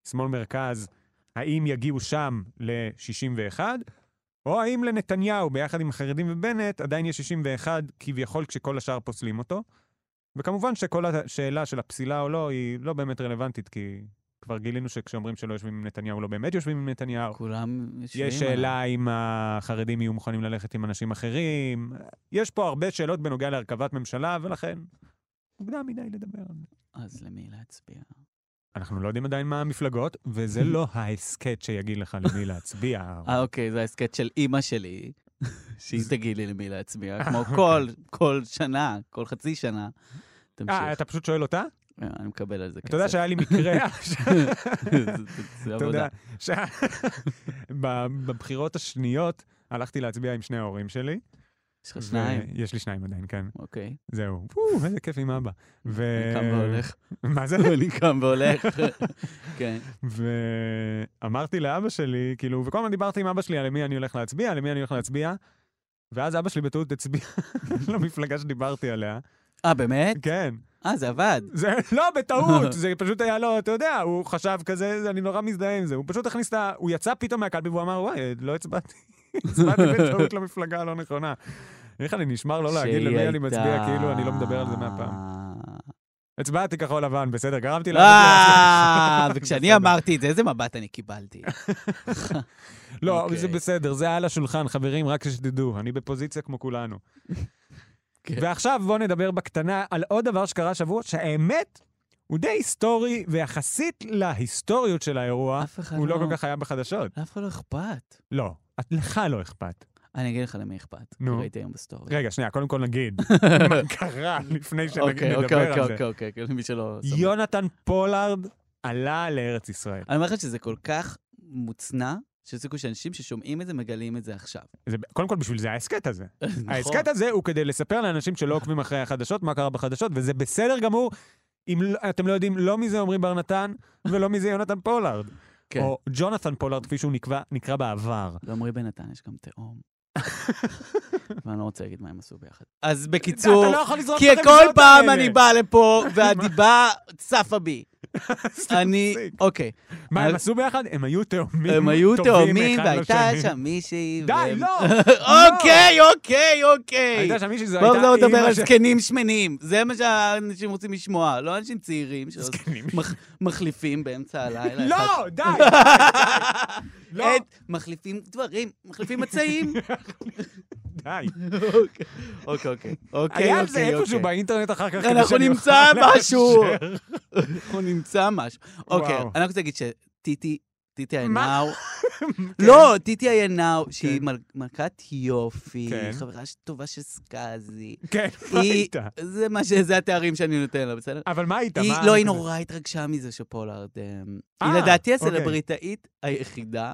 A: מהשמאל-מרכז, האם יגיעו שם ל-61? או האם לנתניהו, ביחד עם החרדים ובנט, עדיין יש 61 כביכול כשכל השאר פוסלים אותו? וכמובן שכל השאלה של הפסילה או לא, היא לא באמת רלוונטית, כי כבר גילינו שכשאומרים שלא יושבים עם נתניהו, לא באמת יושבים עם נתניהו.
B: כולם יושבים
A: יש
B: עליו.
A: שאלה אם החרדים יהיו מוכנים ללכת עם אנשים אחרים. יש פה הרבה שאלות בנוגע להרכבת ממשלה, ולכן מוקדם מדי לדבר על זה.
B: אז למי להצביע?
A: אנחנו לא יודעים עדיין מה המפלגות, וזה לא ההסכת שיגיד לך למי להצביע.
B: אה, אוקיי, זה ההסכת של אימא שלי, שהיא תגיד לי למי להצביע, כמו כל, כל שנה, כל חצי שנה.
A: אוקיי. אה,
B: תמשיך.
A: אתה פשוט שואל אותה?
B: אה, אני מקבל על זה כסף.
A: אתה יודע שהיה לי מקרה עכשיו,
B: זה- זה- זה
A: אתה יודע,
B: עבודה.
A: שה- ב- בבחירות השניות הלכתי להצביע עם שני ההורים שלי.
B: יש לך שניים,
A: יש לי שניים עדיין, כן.
B: אוקיי.
A: זהו. וואו, איזה כיף עם אבא. ו...
B: אני קם והולך.
A: מה זה?
B: אני קם והולך. כן.
A: ואמרתי לאבא שלי, כאילו, וכל הזמן דיברתי עם אבא שלי על למי אני הולך להצביע, למי אני הולך להצביע, ואז אבא שלי בטעות הצביע למפלגה שדיברתי עליה.
B: אה, באמת?
A: כן.
B: אה, זה עבד.
A: זה לא, בטעות, זה פשוט היה לו, אתה יודע, הוא חשב כזה, אני נורא מזדהה עם זה. הוא פשוט הכניס את ה... הוא יצא פתאום מהקלפי והוא אמר, וואי, לא הצבעתי. הצבעתי בטעות למפלגה הלא נכונה. איך אני נשמר לא להגיד
B: שהיא
A: למי אני מצביע,
B: הייתה-
A: כאילו אני לא מדבר על זה מהפעם. הצבעתי כחול לבן, בסדר, גרמתי לאנשים
B: אה,
A: לעשות.
B: וכשאני
A: בסדר. אה,
B: אמרתי את זה, איזה מבט אני קיבלתי.
A: לא,
B: אוקיי.
A: זה בסדר, זה על השולחן, חברים, רק שתדעו, אני בפוזיציה כמו כולנו.
B: כן.
A: ועכשיו בואו נדבר בקטנה על עוד דבר שקרה השבוע, שהאמת, הוא די היסטורי, ויחסית להיסטוריות של האירוע,
B: אף אחד
A: הוא לא
B: לא-
A: כל כך היה בחדשות.
B: לאף אחד לא אכפת.
A: לא, את- לך לא אכפת.
B: אני אגיד לך למי אכפת.
A: נו.
B: נו. ראיתי היום בסטורי.
A: רגע, שנייה, קודם כל נגיד מה קרה לפני
B: אוקיי,
A: שנדבר
B: אוקיי,
A: על זה.
B: אוקיי, אוקיי, אוקיי, למי שלא... שם לב.
A: יונתן פולארד עלה לארץ ישראל.
B: אני אומר לך שזה כל כך מוצנע, שיש סיכוי שאנשים ששומעים את זה מגלים את זה עכשיו.
A: זה- קודם כל, בשביל זה ההסכת הזה.
B: נכון.
A: ההסכת הזה הוא כדי לספר לאנשים שלא עוקבים אחרי החדשות מה קרה בחדשות, וזה בסדר גמור. אם לא- אתם לא יודעים לא מי זה עמרי בר נתן ולא מי זה יונתן פולארד.
B: כן.
A: או ג'ונתן פולארד, כפי שהוא נקבע- נקרא בעבר.
B: לעמרי בן נתן יש גם תאום. ואני לא רוצה להגיד מה הם עשו ביחד. אז בקיצור,
A: אתה לא יכול לזרוק
B: כי
A: את הרמיזות
B: כל פעם
A: האלה.
B: אני בא לפה והדיבה צפה בי. אני,
A: תפסיק.
B: אוקיי.
A: מה, הם
B: אז-
A: עשו ביחד? הם היו תאומים
B: הם היו
A: טובים
B: תאומים
A: אחד
B: והייתה
A: לשני.
B: שם מישהי.
A: די,
B: והם-
A: לא!
B: אוקיי, אוקיי, אוקיי.
A: הייתה שם מישהי, זו
B: בואו
A: הייתה
B: לא נדבר
A: אימא
B: על
A: של-
B: זקנים שמנים. זה מה שהאנשים רוצים לשמוע, לא אנשים צעירים
A: זקנים.
B: שמחליפים באמצע הלילה. אחד-
A: לא, די! לא,
B: את- מחליפים דברים, מחליפים מצעים.
A: די.
B: אוקיי, אוקיי, אוקיי.
A: היה על
B: אוקיי,
A: זה איפשהו
B: אוקיי.
A: באינטרנט אחר כך. כדי
B: אנחנו
A: שאני אוכל
B: נמצא משהו.
A: לאשר.
B: אנחנו נמצא משהו. אוקיי,
A: וואו.
B: אני רוצה להגיד שטיטי, טיטי
A: מה?
B: עינאו, לא, טיטי עינאו, שהיא
A: כן.
B: מל- מלכת יופי,
A: כן.
B: חברה ש- טובה של סקאזי.
A: כן, מה
B: היא-
A: הייתה?
B: זה מה ש... זה התארים שאני נותן לה, בסדר?
A: אבל מה הייתה?
B: היא,
A: מה-
B: לא, היא נורא התרגשה מזה שפולארד... אמ, היא
A: אה,
B: לדעתי
A: אוקיי.
B: הסלבריטאית היחידה,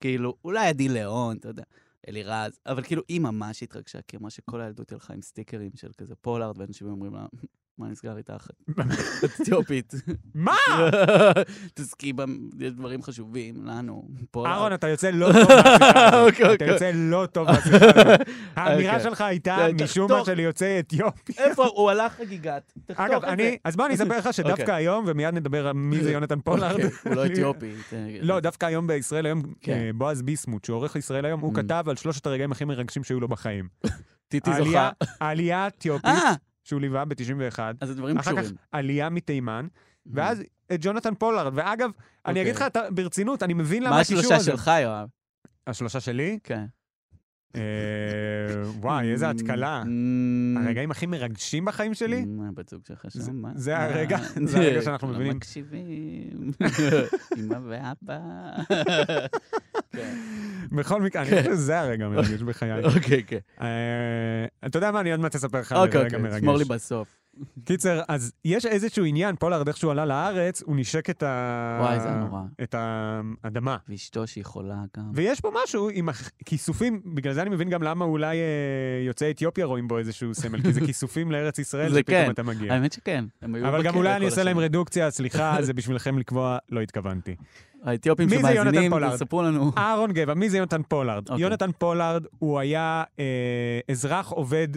B: כאילו, אולי עדי ליאון, אתה יודע, אלירז, אבל כאילו, היא ממש התרגשה, כי היא אמרה שכל הילדות הלכה עם סטיקרים של כזה פולארד, ואנשים אומרים לה, מה נסגר איתך? את אתיופית.
A: מה?
B: תזכי, במ- יש דברים חשובים לנו,
A: אהרון,
B: פולארד.
A: אתה יוצא לא טוב מהשיחה הזאת.
B: אוקיי,
A: אתה
B: אוקיי.
A: יוצא לא טוב מהשיחה הזאת. האמירה
B: אוקיי.
A: שלך הייתה
B: אה,
A: משום
B: תחתוך.
A: מה של יוצאי אתיופיה.
B: איפה? הוא הלך חגיגת. תחתוך את
A: אגב,
B: זה.
A: אני, אז בוא אני אספר לך שדווקא
B: אוקיי.
A: היום, ומיד נדבר על מי זה יונתן פולארד.
B: אוקיי, הוא לא אתיופי.
A: לא, דווקא היום בישראל היום,
B: כן.
A: אה, בועז ביסמוט, שהוא עורך ישראל היום, הוא
B: Mm.
A: כתב על שלושת הרגעים הכי מרגשים שהיו לו בחיים.
B: טיטי
A: העלייה-
B: זוכה.
A: העלייה האתיופית,
B: אה,
A: שהוא ליווה ב-91,
B: אז הדברים
A: אחר כך
B: קשורים. Mm.
A: עלייה מתימן, ואז את ג'ונתן פולארד. ואגב, אני
B: אוקיי.
A: אגיד לך אתה- ברצינות, אני מבין למה
B: מה
A: הקישור הזה.
B: השלושה שלך, יואב?
A: השלושה שלי?
B: כן.
A: אה, וואי, איזה התקלה.
B: Mm,
A: הרגעים הכי מרגשים בחיים שלי?
B: mm, הבת זוג שלך
A: זה-
B: שם, מה?
A: זה הרגע-
B: מה?
A: זה הרגע שאנחנו
B: כולם
A: מבינים.
B: מקשיבים, אמא ואבא. כן.
A: בכל מקרה, אני
B: כן.
A: חושב שזה הרגע המרגש בחיי.
B: אוקיי, כן.
A: אה, אתה יודע מה, אני עוד מעט אספר לך על
B: אוקיי,
A: רגע
B: אוקיי, תשמור לי
A: מרגש.
B: בסוף.
A: קיצר, אז יש איזשהו עניין, פולארד, איך שהוא עלה לארץ, הוא נשק את ה...
B: וואי, זה היה נורא.
A: את האדמה.
B: ואשתו שהיא חולה גם.
A: ויש פה משהו עם הכיסופים, בגלל זה אני מבין גם למה אולי אה, יוצאי אתיופיה רואים בו איזשהו סמל, כי זה כיסופים לארץ ישראל,
B: זה
A: שפתאום
B: כן.
A: אתה מגיע.
B: האמת שכן, הם היו
A: אבל גם
B: בכלא
A: אולי
B: כל
A: אני אעשה להם
B: השנים.
A: רדוקציה, סליחה, זה בשבילכם לקבוע, לא התכוונתי.
B: האתיופים
A: מי זה יונתן
B: שמאזינים,
A: פולארד? אה.
B: תספרו לנו.
A: אהרון גבע, מי זה יונתן פולארד?
B: אוקיי.
A: יונתן פולארד הוא היה אה, אזרח עובד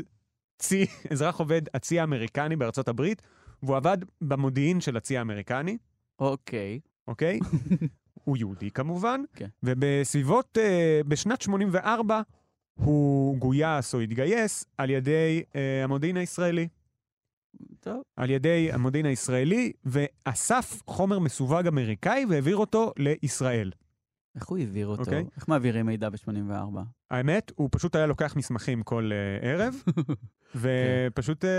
A: צי, אזרח עובד הצי האמריקני בארצות הברית, והוא עבד במודיעין של הצי האמריקני,
B: אוקיי.
A: אוקיי? הוא יהודי כמובן,
B: כן.
A: ובסביבות, אה, בשנת 84 הוא גויס או התגייס על ידי אה, המודיעין הישראלי.
B: טוב.
A: על ידי המודיעין הישראלי, ואסף חומר מסווג אמריקאי והעביר אותו לישראל.
B: איך הוא העביר אותו?
A: אוקיי.
B: איך מעבירים מידע ב-84?
A: האמת, הוא פשוט היה לוקח מסמכים כל אה, ערב,
B: כן.
A: ופשוט אה,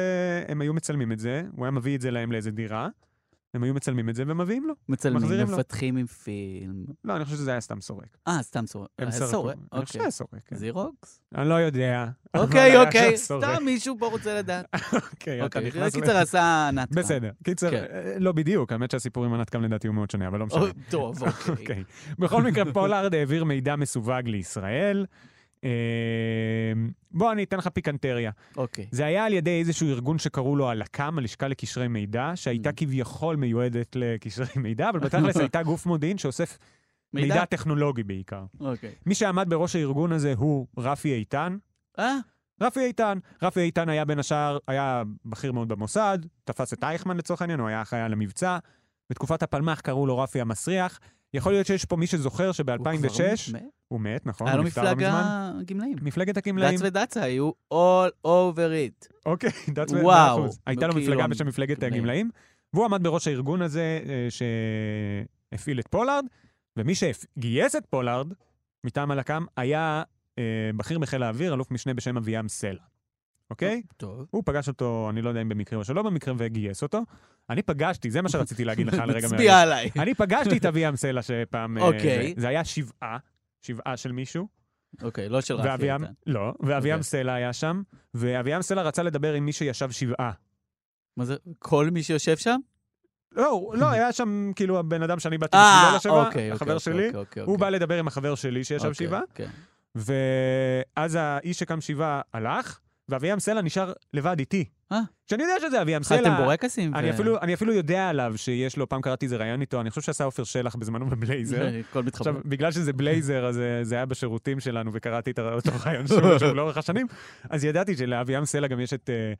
A: הם היו מצלמים את זה, הוא היה מביא את זה להם לאיזה דירה, הם היו מצלמים את זה ומביאים לו. מחזירים
B: מצלמים,
A: לו.
B: מפתחים עם פילם.
A: לא, אני חושב שזה היה סתם סורק.
B: אה, סתם סורק.
A: הם
B: אה,
A: סרקו.
B: סורק,
A: אני חושב
B: אוקיי.
A: שהיה סורק, כן.
B: זירוקס?
A: אני לא יודע.
B: אוקיי,
A: אבל
B: אוקיי,
A: היה סורק.
B: סתם מישהו פה רוצה לדעת.
A: אוקיי, אתה
B: אוקיי,
A: נכנס... ל-
B: קיצר עשה נתקה.
A: בסדר. קיצר,
B: כן.
A: אה, לא בדיוק, האמת שהסיפור עם ענת קם לדעתי הוא מאוד שונה, אבל לא משנה.
B: או, טוב, אוקיי.
A: אוקיי. בכל מקרה, פולארד העביר מידע מסווג לישראל. אה, בוא, אני אתן לך פיקנטריה.
B: אוקיי.
A: זה היה על ידי איזשהו ארגון שקראו לו הלק"ם, הלשכה לקשרי מידע, שהייתה
B: Mm.
A: כביכול מיועדת לקשרי מידע, אבל בתכלס הייתה גוף מודיעין שאוסף מידע
B: מידע?
A: טכנולוגי בעיקר.
B: אוקיי.
A: מי שעמד בראש הארגון הזה הוא רפי איתן.
B: אה,
A: רפי איתן, רפי איתן היה בין השאר, היה בכיר מאוד במוסד, תפס את אייכמן לצורך העניין, הוא היה אחראי על המבצע. בתקופת הפלמ"ח קראו לו רפי המסריח. יכול להיות שיש פה מי שזוכר
B: הוא כבר
A: שב-2006,
B: מת?
A: הוא מת, נכון?
B: היה לו
A: הוא נפטר לא
B: מפלג
A: מזמן.
B: הגמלאים.
A: מפלגת הגמלאים.
B: דץ ודצה היו all over it.
A: אוקיי, דעת ו...
B: וואו.
A: וואו. הייתה לו
B: כאילו,
A: מפלגה בשם מפלגת
B: גמלאים.
A: הגמלאים, והוא עמד בראש הארגון הזה אה, שהפעיל את פולארד, ומי שגייס את פולארד, מטעם הלק"ם, היה אה, בכיר בחיל האוויר, אלוף משנה בשם אביעם סלע, אוקיי?
B: טוב.
A: הוא פגש אותו, אני לא יודע אם במקרה או שלא במקרה, וגייס אותו. אני פגשתי, זה מה שרציתי להגיד לך על רגע
B: מצביע עליי.
A: אני פגשתי את אביעם סלע שפעם... אה,
B: אוקיי.
A: זה- זה היה שבעה, שבעה של מישהו.
B: אוקיי, לא של רפי
A: ואביעם,
B: איתן.
A: לא, ואביעם
B: אוקיי.
A: סלע היה שם, ואביעם סלע רצה לדבר עם מי שישב שבעה.
B: מה זה, כל מי שיושב שם?
A: לא, הוא- לא, היה שם כאילו הבן אדם שאני באתי
B: אה,
A: בשבילו לשבעה,
B: אוקיי, אוקיי.
A: החבר
B: אוקיי,
A: שלי,
B: אוקיי, אוקיי,
A: הוא בא
B: אוקיי.
A: לדבר עם החבר שלי שישב
B: אוקיי,
A: שבעה,
B: כן.
A: ואז האיש שקם שבעה הלך, ואביעם סלע נשאר לבד איתי.
B: אה.
A: שאני יודע שזה אביעם סלע.
B: אכלתם בורקסים? כן.
A: אני
B: ו-
A: אפילו- אני אפילו יודע עליו שיש לו, פעם קראתי איזה ראיון איתו, אני חושב שעשה עופר שלח בזמנו בבלייזר.
B: הכל מתחבר.
A: עכשיו, בגלל שזה בלייזר, אז אה, זה היה בשירותים שלנו, וקראתי את אותו רעיון שלו שם לאורך השנים, אז ידעתי שלאביעם סלע גם יש את, אה,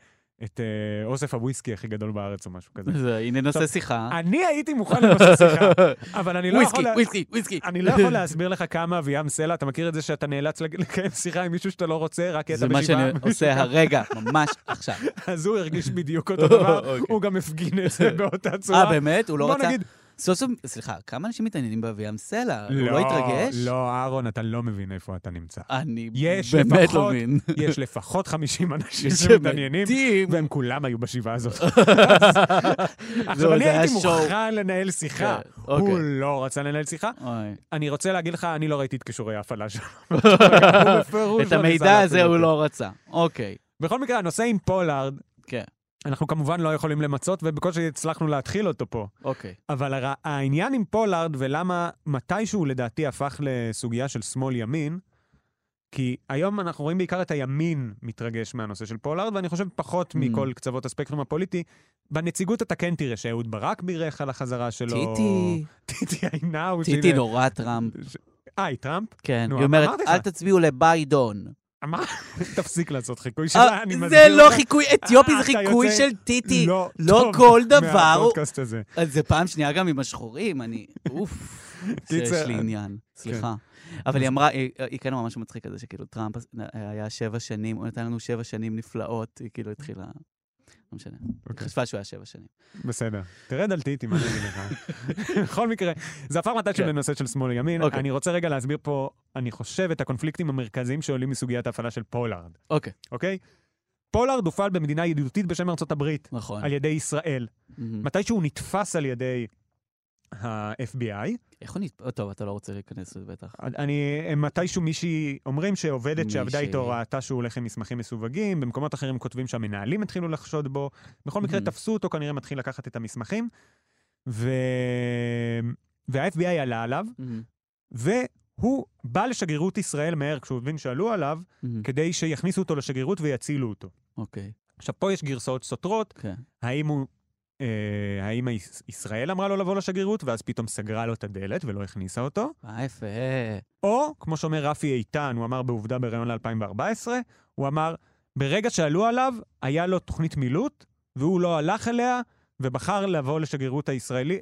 A: את אה, אוסף הוויסקי הכי גדול בארץ או משהו כזה.
B: זה, הנה נושא שיחה.
A: אני הייתי מוכן לנושא שיחה, אבל אני לא
B: וויסקי,
A: יכול... לה-
B: וויסקי, וויסקי.
A: אני לא יכול להסביר לך כמה אביעם סלע, אתה מכיר את זה שאתה נאלץ לג- לקיים שיחה עם מישהו שאתה לא רוצה, רק כי אתה
B: זה מה
A: בשבעה?
B: שאני עושה הרגע, ממש עכשיו. אה,
A: אז הוא הרגיש בדיוק אותו דבר,
B: אוקיי.
A: הוא גם הפגין את זה באותה צורה.
B: אה, באמת? הוא לא
A: בוא
B: רצה...
A: נגיד-
B: סוף סוף, סליחה, כמה אנשים מתעניינים באביעם סלע? הוא לא התרגש?
A: לא, אהרון, אתה לא מבין איפה אתה נמצא.
B: אני
A: יש
B: באמת
A: לפחות-
B: לא מבין.
A: יש לפחות 50 אנשים
B: שמתים.
A: שמתעניינים, והם כולם היו בשבעה הזאת. עכשיו,
B: לא,
A: אני
B: זה היה
A: הייתי
B: שואו.
A: מוכן לנהל שיחה.
B: כן,
A: הוא
B: אוקיי.
A: לא רצה לנהל שיחה.
B: אוי.
A: אני רוצה להגיד לך, אני לא ראיתי את קישורי ההפעלה שלו. בפירוש
B: את
A: לא
B: המידע
A: ניסה
B: הזה
A: להפעיל
B: הוא
A: אותי.
B: לא רצה. אוקיי.
A: בכל מקרה, הנושא עם פולארד,
B: כן.
A: אנחנו כמובן לא יכולים למצות, ובקושי הצלחנו להתחיל אותו פה.
B: אוקיי.
A: אבל הר... העניין עם פולארד ולמה מתישהו לדעתי הפך לסוגיה של שמאל-ימין, כי היום אנחנו רואים בעיקר את הימין מתרגש מהנושא של פולארד, ואני חושב פחות
B: Mm.
A: מכל קצוות הספקטרום הפוליטי. בנציגות אתה כן תראה שאהוד ברק בירך על החזרה שלו.
B: טיטי,
A: טיטי עינאו.
B: טיטי נורא טראמפ.
A: אה, היא טראמפ?
B: כן,
A: נו,
B: היא אומרת,
A: אמרתי לך.
B: אל תצביעו לביידון.
A: אמר- תפסיק לעשות חיקוי
B: אה,
A: שלה, אני
B: זה
A: מזמין
B: לא חיקוי אתיופי, זה
A: אתה
B: חיקוי
A: יוצא-
B: של טיטי. לא
A: טוב
B: כל דבר הוא-
A: מהפודקאסט הזה.
B: אז זה פעם שנייה גם עם השחורים, אני... אוף. שיש
A: קיצר,
B: לי
A: אני-
B: עניין, סליחה.
A: כן.
B: אבל היא אמרה, היא היא כאן ממש מצחיק על זה, שכאילו טראמפ אה, היה שבע שנים, הוא נתן לנו שבע שנים נפלאות, היא כאילו התחילה... לא משנה. היא
A: אוקיי.
B: חשבה שהוא היה שבע שנים.
A: בסדר. תרד על טיטי, מה אני אגיד לך? בכל מקרה, זה הפך מתישהו
B: כן.
A: לנושא של שמאל לימין.
B: אוקיי.
A: אני רוצה רגע להסביר פה, אני חושב, את הקונפליקטים המרכזיים שעולים מסוגיית ההפעלה של פולארד,
B: אוקיי,
A: אוקיי? פולארד הופעל במדינה ידידותית בשם ארצות הברית,
B: נכון.
A: על ידי ישראל.
B: מהמם.
A: מתישהו הוא נתפס על ידי ה-FBI,
B: איך הוא נתפ... טוב, אתה לא רוצה להיכנס לזה בטח.
A: אני, מתישהו מישהי, אומרים שעובדת שעבדה
B: מישהי.
A: איתו ראתה שהוא הולך עם מסמכים מסווגים, במקומות אחרים כותבים שהמנהלים התחילו לחשוד בו, בכל מקרה
B: מהמם.
A: תפסו אותו, כנראה מתחיל לקחת את המסמכים, ו... וה-FBI עלה עליו,
B: מהמם.
A: והוא בא לשגרירות ישראל מהר כשהוא הבין שעלו עליו,
B: מהמם.
A: כדי שיכניסו אותו לשגרירות ויצילו אותו.
B: אוקיי,
A: עכשיו, פה יש גרסאות סותרות,
B: כן.
A: האם הוא... אה, האם היש- ישראל אמרה לו לבוא לשגרירות, ואז פתאום סגרה לו את הדלת ולא הכניסה אותו,
B: אה, יפה.
A: או, כמו שאומר רפי איתן, הוא אמר בעובדה בריאיון ל-2014, הוא אמר, ברגע שעלו עליו, היה לו תוכנית מילוט, והוא לא הלך אליה, ובחר לבוא לשגרירות הישראלי,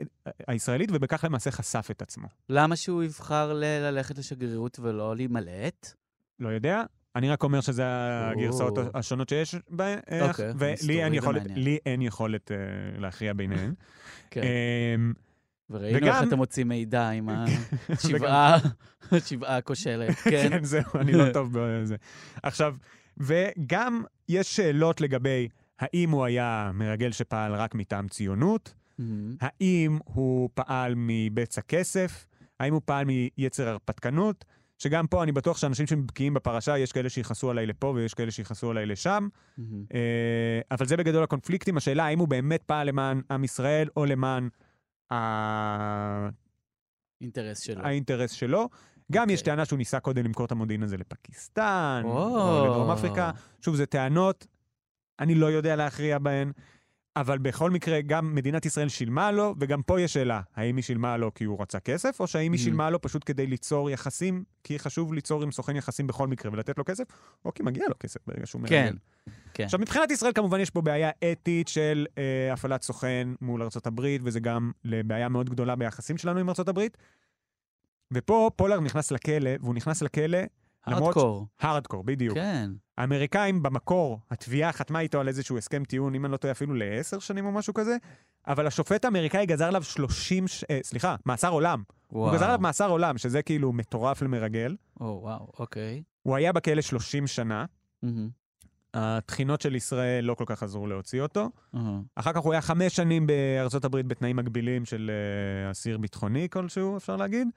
A: הישראלית, ובכך למעשה חשף את עצמו.
B: למה שהוא יבחר ל- ללכת לשגרירות ולא להימלט?
A: לא יודע, אני רק אומר שזה הגרסאות
B: או.
A: השונות שיש בהן, אה,
B: אוקיי, מסתורי
A: ולי אין יכולת,
B: ומעניין.
A: לי אין יכולת אה, להכריע ביניהן.
B: כן.
A: אמ,
B: וראינו
A: וגם-
B: איך אתה מוציא מידע עם השבעה, השבעה הכושלת, כן.
A: כן, זהו, אני לא טוב בזה. עכשיו, וגם יש שאלות לגבי האם הוא היה מרגל שפעל רק מטעם ציונות,
B: Mm-hmm.
A: האם הוא פעל מבצע כסף? האם הוא פעל מיצר הרפתקנות? שגם פה אני בטוח שאנשים שבקיאים בפרשה, יש כאלה שיכעסו עליי לפה ויש כאלה שיכעסו עליי לשם.
B: מהמם.
A: אה, אבל זה בגדול הקונפליקטים, השאלה האם הוא באמת פעל למען עם ישראל או למען ה-
B: אינטרס שלו.
A: האינטרס שלו. גם יש
B: אוקיי.
A: טענה שהוא ניסה קודם למכור את המודיעין הזה לפקיסטן, או
B: או. כן.
A: לדרום אפריקה. שוב, זה טענות, אני לא יודע להכריע בהן, אבל בכל מקרה, גם מדינת ישראל שילמה לו, וגם פה יש שאלה, האם היא שילמה לו כי הוא רצה כסף, או שהאם היא
B: Mm.
A: שילמה לו פשוט כדי ליצור יחסים, כי חשוב ליצור עם סוכן יחסים בכל מקרה ולתת לו כסף, או כי מגיע לו כסף ברגע שהוא מרגל.
B: כן. כן.
A: עכשיו, מבחינת ישראל כמובן יש פה בעיה אתית של אה, הפעלת סוכן מול ארה"ב, וזה גם לבעיה מאוד גדולה ביחסים שלנו עם ארה"ב. ופה פולארד נכנס לכלא, והוא נכנס לכלא למרות-
B: הארדקור.
A: הארדקור, בדיוק.
B: כן.
A: האמריקאים במקור, התביעה חתמה איתו על איזשהו הסכם טיעון, אם אני לא טועה, אפילו לעשר שנים או משהו כזה, אבל השופט האמריקאי גזר עליו 30, ש... אה, סליחה, מאסר עולם. הוא גזר עליו
B: וואו.
A: מאסר עולם, שזה כאילו מטורף למרגל.
B: או, וואו, אוקיי.
A: הוא היה בכלא 30 שנה,
B: מהמם.
A: התחינות של ישראל לא כל כך עזרו להוציא אותו.
B: אהה.
A: אחר כך הוא היה חמש שנים בארצות הברית בתנאים מגבילים של אה, אסיר ביטחוני כלשהו, אפשר להגיד.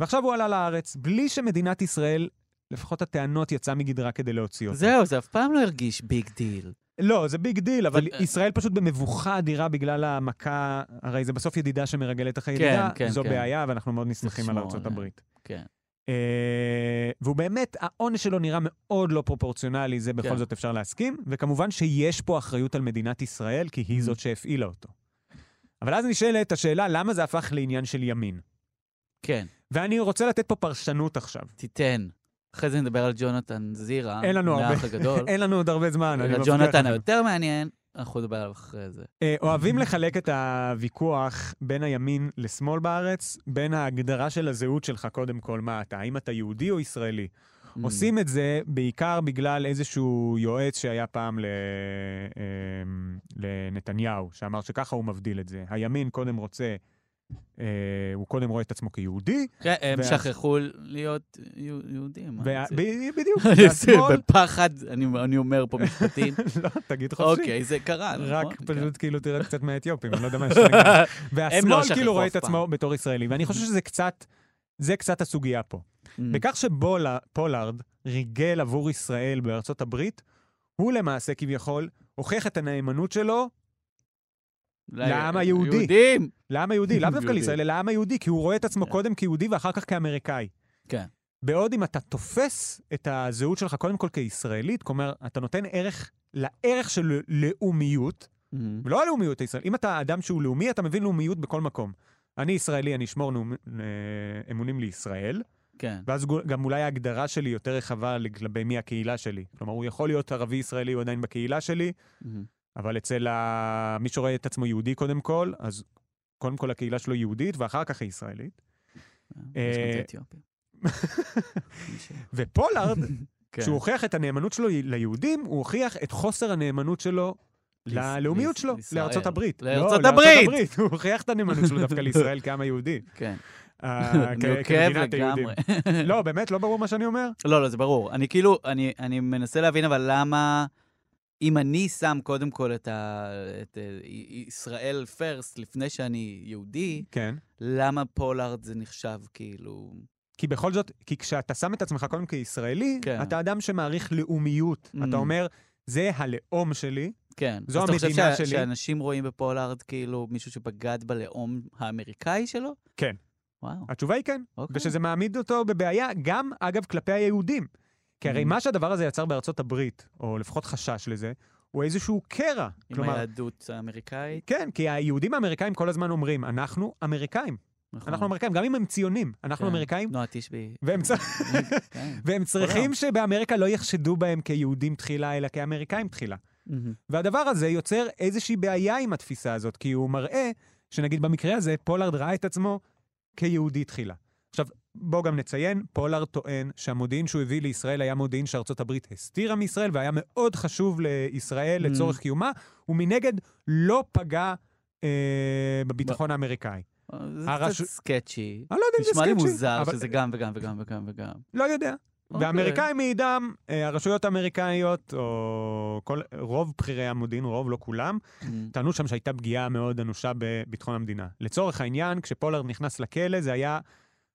A: ועכשיו הוא עלה לארץ, בלי שמדינת ישראל, לפחות הטענות יצאה מגדרה כדי להוציא אותו.
B: זהו, זה אף פעם לא הרגיש ביג דיל.
A: לא, זה ביג דיל, אבל
B: אבל-
A: ישראל פשוט במבוכה אדירה בגלל המכה, הרי זה בסוף ידידה שמרגלת אחרי
B: כן,
A: ידידה,
B: כן,
A: זו
B: כן.
A: בעיה, ואנחנו מאוד נסמכים על
B: לשמור
A: ארצות
B: עליה.
A: הברית.
B: כן.
A: אה, והוא באמת, העונש שלו נראה מאוד לא פרופורציונלי, זה בכל
B: כן.
A: זאת אפשר להסכים, וכמובן שיש פה אחריות על מדינת ישראל, כי היא
B: Mm.
A: זאת שהפעילה אותו. אבל אז נשאלת השאלה, למה זה הפך לעניין של ימין?
B: כן,
A: ואני רוצה לתת פה פרשנות עכשיו.
B: תיתן. אחרי זה נדבר על ג'ונתן זירה.
A: אין לנו הרבה.
B: האח הגדול.
A: אין לנו עוד הרבה זמן, אני
B: אלא
A: מבטיח.
B: אה, ג'ונתן
A: לכם.
B: היותר מעניין, אנחנו נדבר עליו אחרי זה.
A: אה, אוהבים לחלק את הוויכוח בין הימין לשמאל בארץ, בין ההגדרה של הזהות שלך, קודם כל, מה אתה, האם אתה יהודי או ישראלי?
B: Mm. Mm-hmm.
A: עושים את זה בעיקר בגלל איזשהו יועץ שהיה פעם ל... אמ, לנתניהו, שאמר שככה הוא מבדיל את זה. הימין קודם רוצה, אה, הוא קודם רואה את עצמו כיהודי,
B: כן, הם
A: ואז-
B: שכחו להיות יהו- יהודים. מה
A: וה-
B: זה?
A: ב- בדיוק,
B: אני
A: והשמאל...
B: בפחד, אני אני אומר פה משפטים.
A: לא, תגיד חופשי.
B: אוקיי, זה קרה, נכון?
A: רק
B: כן.
A: פשוט כאילו תראה קצת מהאתיופים, אני לא יודע מה יש להם. והשמאל
B: לא שכחו
A: כאילו רואה
B: אף
A: את עצמו בתור ישראלי, ואני חושב שזה קצת, זה קצת הסוגיה פה.
B: Mm.
A: בכך שפולארד ריגל עבור ישראל בארצות הברית, הוא למעשה כביכול הוכיח את הנאמנות שלו
B: ל-
A: לעם היהודי.
B: יהודים!
A: לעם היהודי, לאו דווקא
B: יהודי.
A: לישראל, אלא לעם היהודי, כי הוא רואה את עצמו
B: כן.
A: קודם כיהודי ואחר כך כאמריקאי.
B: כן.
A: בעוד אם אתה תופס את הזהות שלך קודם כל כישראלית, כלומר, אתה נותן ערך לערך של לאומיות,
B: מהמם.
A: ולא הלאומיות הישראלית. אם אתה אדם שהוא לאומי, אתה מבין לאומיות בכל מקום. אני ישראלי, אני אשמור נאומ... אה, אמונים לישראל,
B: כן.
A: ואז גו- גם אולי ההגדרה שלי יותר רחבה לגבי מי הקהילה שלי. כלומר, הוא יכול להיות ערבי-ישראלי, הוא עדיין בקהילה שלי,
B: מהמם.
A: אבל אצל ה... מי שרואה את עצמו יהודי קודם כל, אז קודם כל הקהילה שלו יהודית, ואחר כך היא ישראלית. אה,
B: יש גם את האתיופים.
A: ופולארד,
B: כן.
A: כשהוא הוכיח את הנאמנות שלו ליהודים, הוא הוכיח את חוסר הנאמנות שלו
B: ליס-
A: ללאומיות
B: ליס-
A: שלו,
B: לישראל.
A: לארצות הברית. לא,
B: לארצות
A: לארצות
B: הברית!
A: הוא הוכיח את הנאמנות שלו דווקא לישראל כעם היהודי.
B: כן.
A: אה, כ-
B: נוקב
A: כמדינת
B: לגמרי.
A: היהודים. לא, באמת, לא ברור מה שאני אומר?
B: לא, לא, זה ברור. אני כאילו, אני, אני מנסה להבין, אבל למה... אם אני שם קודם כל את, ה, את אה, ישראל פרסט לפני שאני יהודי,
A: כן.
B: למה פולארד זה נחשב כאילו...
A: כי בכל זאת, כי כשאתה שם את עצמך קודם כישראלי,
B: כן.
A: אתה אדם שמעריך לאומיות.
B: Mm.
A: אתה אומר, זה הלאום שלי.
B: כן.
A: זו
B: אז אתה
A: המדינה
B: חושב
A: שלי.
B: שאנשים רואים בפולארד כאילו מישהו שבגד בלאום האמריקאי שלו?
A: כן.
B: וואו,
A: התשובה היא כן.
B: אוקיי.
A: ושזה מעמיד אותו בבעיה, גם, אגב, כלפי היהודים. כי הרי
B: Mm.
A: מה שהדבר הזה יצר בארצות הברית, או לפחות חשש לזה, הוא איזשהו קרע.
B: עם
A: כלומר,
B: היהדות האמריקאית,
A: כן, כי היהודים האמריקאים כל הזמן אומרים, אנחנו אמריקאים.
B: נכון.
A: אנחנו אמריקאים, גם אם הם ציונים, אנחנו
B: כן.
A: אמריקאים,
B: נועה תשבי.
A: והם צ-
B: כן.
A: והם צריכים שבאמריקה לא יחשדו בהם כיהודים תחילה, אלא כאמריקאים תחילה.
B: מהמם.
A: והדבר הזה יוצר איזושהי בעיה עם התפיסה הזאת, כי הוא מראה שנגיד במקרה הזה, פולארד ראה את עצמו כיהודי תחילה. עכשיו, בואו גם נציין, פולארד טוען שהמודיעין שהוא הביא לישראל היה מודיעין שארצות הברית הסתירה מישראל, והיה מאוד חשוב לישראל
B: Mm.
A: לצורך קיומה, ומנגד לא פגע אה, בביטחון האמריקאי.
B: זה
A: הרש-
B: קצת סקצ'י.
A: אני לא יודע אם זה
B: נשמע לי
A: סקצ'י,
B: מוזר
A: אבל-
B: שזה גם וגם וגם וגם וגם.
A: לא יודע.
B: אוקיי.
A: והאמריקאים מאידם, אה, הרשויות האמריקאיות, או כל, רוב בכירי המודיעין, רוב, לא כולם,
B: Mm.
A: טענו שם שהייתה פגיעה מאוד אנושה בביטחון המדינה. לצורך העניין, כשפולארד נכנס לכלא, זה היה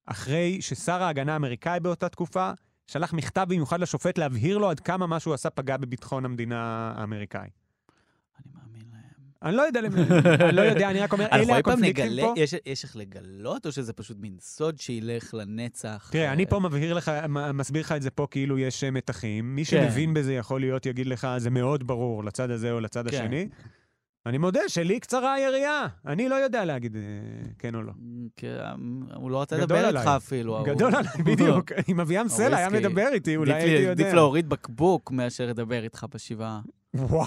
A: אחרי ששר ההגנה האמריקאי באותה תקופה שלח מכתב במיוחד לשופט להבהיר לו עד כמה מה שהוא עשה פגע בביטחון המדינה האמריקאי.
B: אני מאמין להם.
A: אני לא יודע, למי- אני לא יודע, אני רק אומר,
B: אנחנו
A: אלה
B: אי פעם
A: הקונפליקטים
B: נגלה,
A: פה.
B: יש- יש איך לגלות, או שזה פשוט מין סוד שילך לנצח?
A: תראה,
B: אה,
A: אני פה מבהיר לך, מ- מסביר לך את זה פה כאילו יש אה, מתחים. מי
B: כן.
A: שמבין בזה יכול להיות, יגיד לך, זה מאוד ברור, לצד הזה או לצד
B: כן.
A: השני. אני מודה שלי קצרה היריעה, אני לא יודע להגיד אה, כן או לא.
B: כן, הוא לא רצה
A: גדול
B: לדבר
A: עליי.
B: איתך אפילו. ההוא.
A: גדול עליי, בדיוק. אם אביעם סלע היה
B: לא, הוויסקי.
A: מדבר איתי, אולי
B: עדיף
A: הייתי
B: לי-
A: יודע.
B: עדיף להוריד בקבוק מאשר לדבר איתך בשבעה.
A: וואו,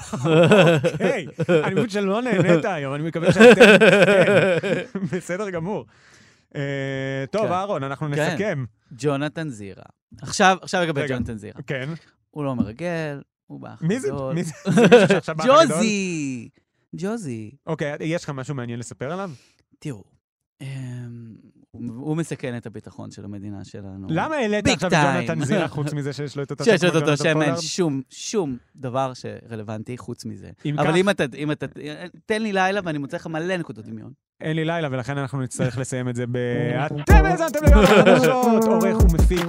A: אוקיי. אני מבין שלא נהנית היום, אני מקווה שאתם... כן. בסדר גמור. אה, טוב,
B: כן.
A: אהרון, אנחנו
B: כן.
A: נסכם.
B: ג'ונתן זירה. עכשיו, עכשיו לגבי
A: רגע.
B: ג'ונתן זירה.
A: כן.
B: הוא לא מרגל, הוא באח
A: מי זה?
B: הגדול.
A: מי זה? זה מישהו שעכשיו באח הגדול?
B: לא. ג'וזי! ג'וזי.
A: אוקיי, יש לך משהו מעניין לספר עליו?
B: תראו, אמ, הוא- הוא מסכן את הביטחון של המדינה שלנו.
A: למה העלית
B: Big
A: עכשיו את
B: time.
A: ג'ונתן זירה, חוץ מזה שיש לו את אותו
B: שיש
A: שם
B: לו את
A: כמו ג'ונתן
B: אותו שם, אין
A: פולארד?
B: שום, שום דבר שרלוונטי חוץ מזה.
A: אם כך,
B: אבל אם אתה, אם אתה, תן לי לילה ואני מוצא לך מלא נקודות דמיון.
A: אין לי לילה, ולכן אנחנו נצטרך לסיים את זה ב... אתם האזנתם ליום החדשות, עורך ומפיק,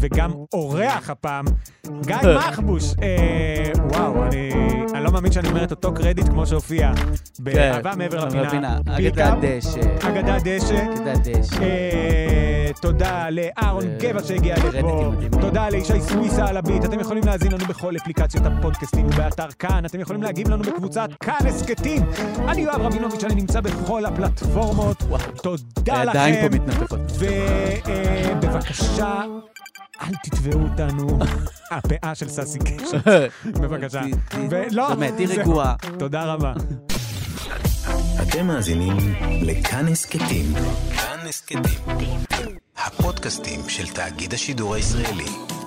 A: וגם אורח הפעם, גיא מחבוש. אה, וואו, אני אני לא מאמין שאני אומר את אותו קרדיט כמו שהופיע באהבה מעבר לפינה.
B: כן. אגדת
A: פיקאפ,
B: דשא.
A: אגדת דשא.
B: אגדת דשא.
A: אה, תודה לאהרון
B: אה,
A: גבע שהגיע לפה,
B: קרדיטים מדהימים.
A: תודה לישי סוויסה על הביט, אתם יכולים להאזין לנו בכל אפליקציות הפודקאסטים ובאתר כאן, אתם יכולים להגיב לנו בקבוצת כאן הסכתים. אני יואב רבינוביץ', אני נמצא בכל הפלטפורמות,
B: וואו.
A: תודה
B: הידיים
A: לכם,
B: פה מתנפפות.
A: ובבקשה, אל תתבעו אותנו, הפאה של סאסי קשת, בבקשה.
B: ת- ת-
A: ולא,
B: באמת, תהיי
A: זהו.
B: רגועה.
A: תודה רבה.
D: אתם מאזינים לכאן הסכתים. כאן הסכתים. הפודקאסטים של תאגיד השידור הישראלי.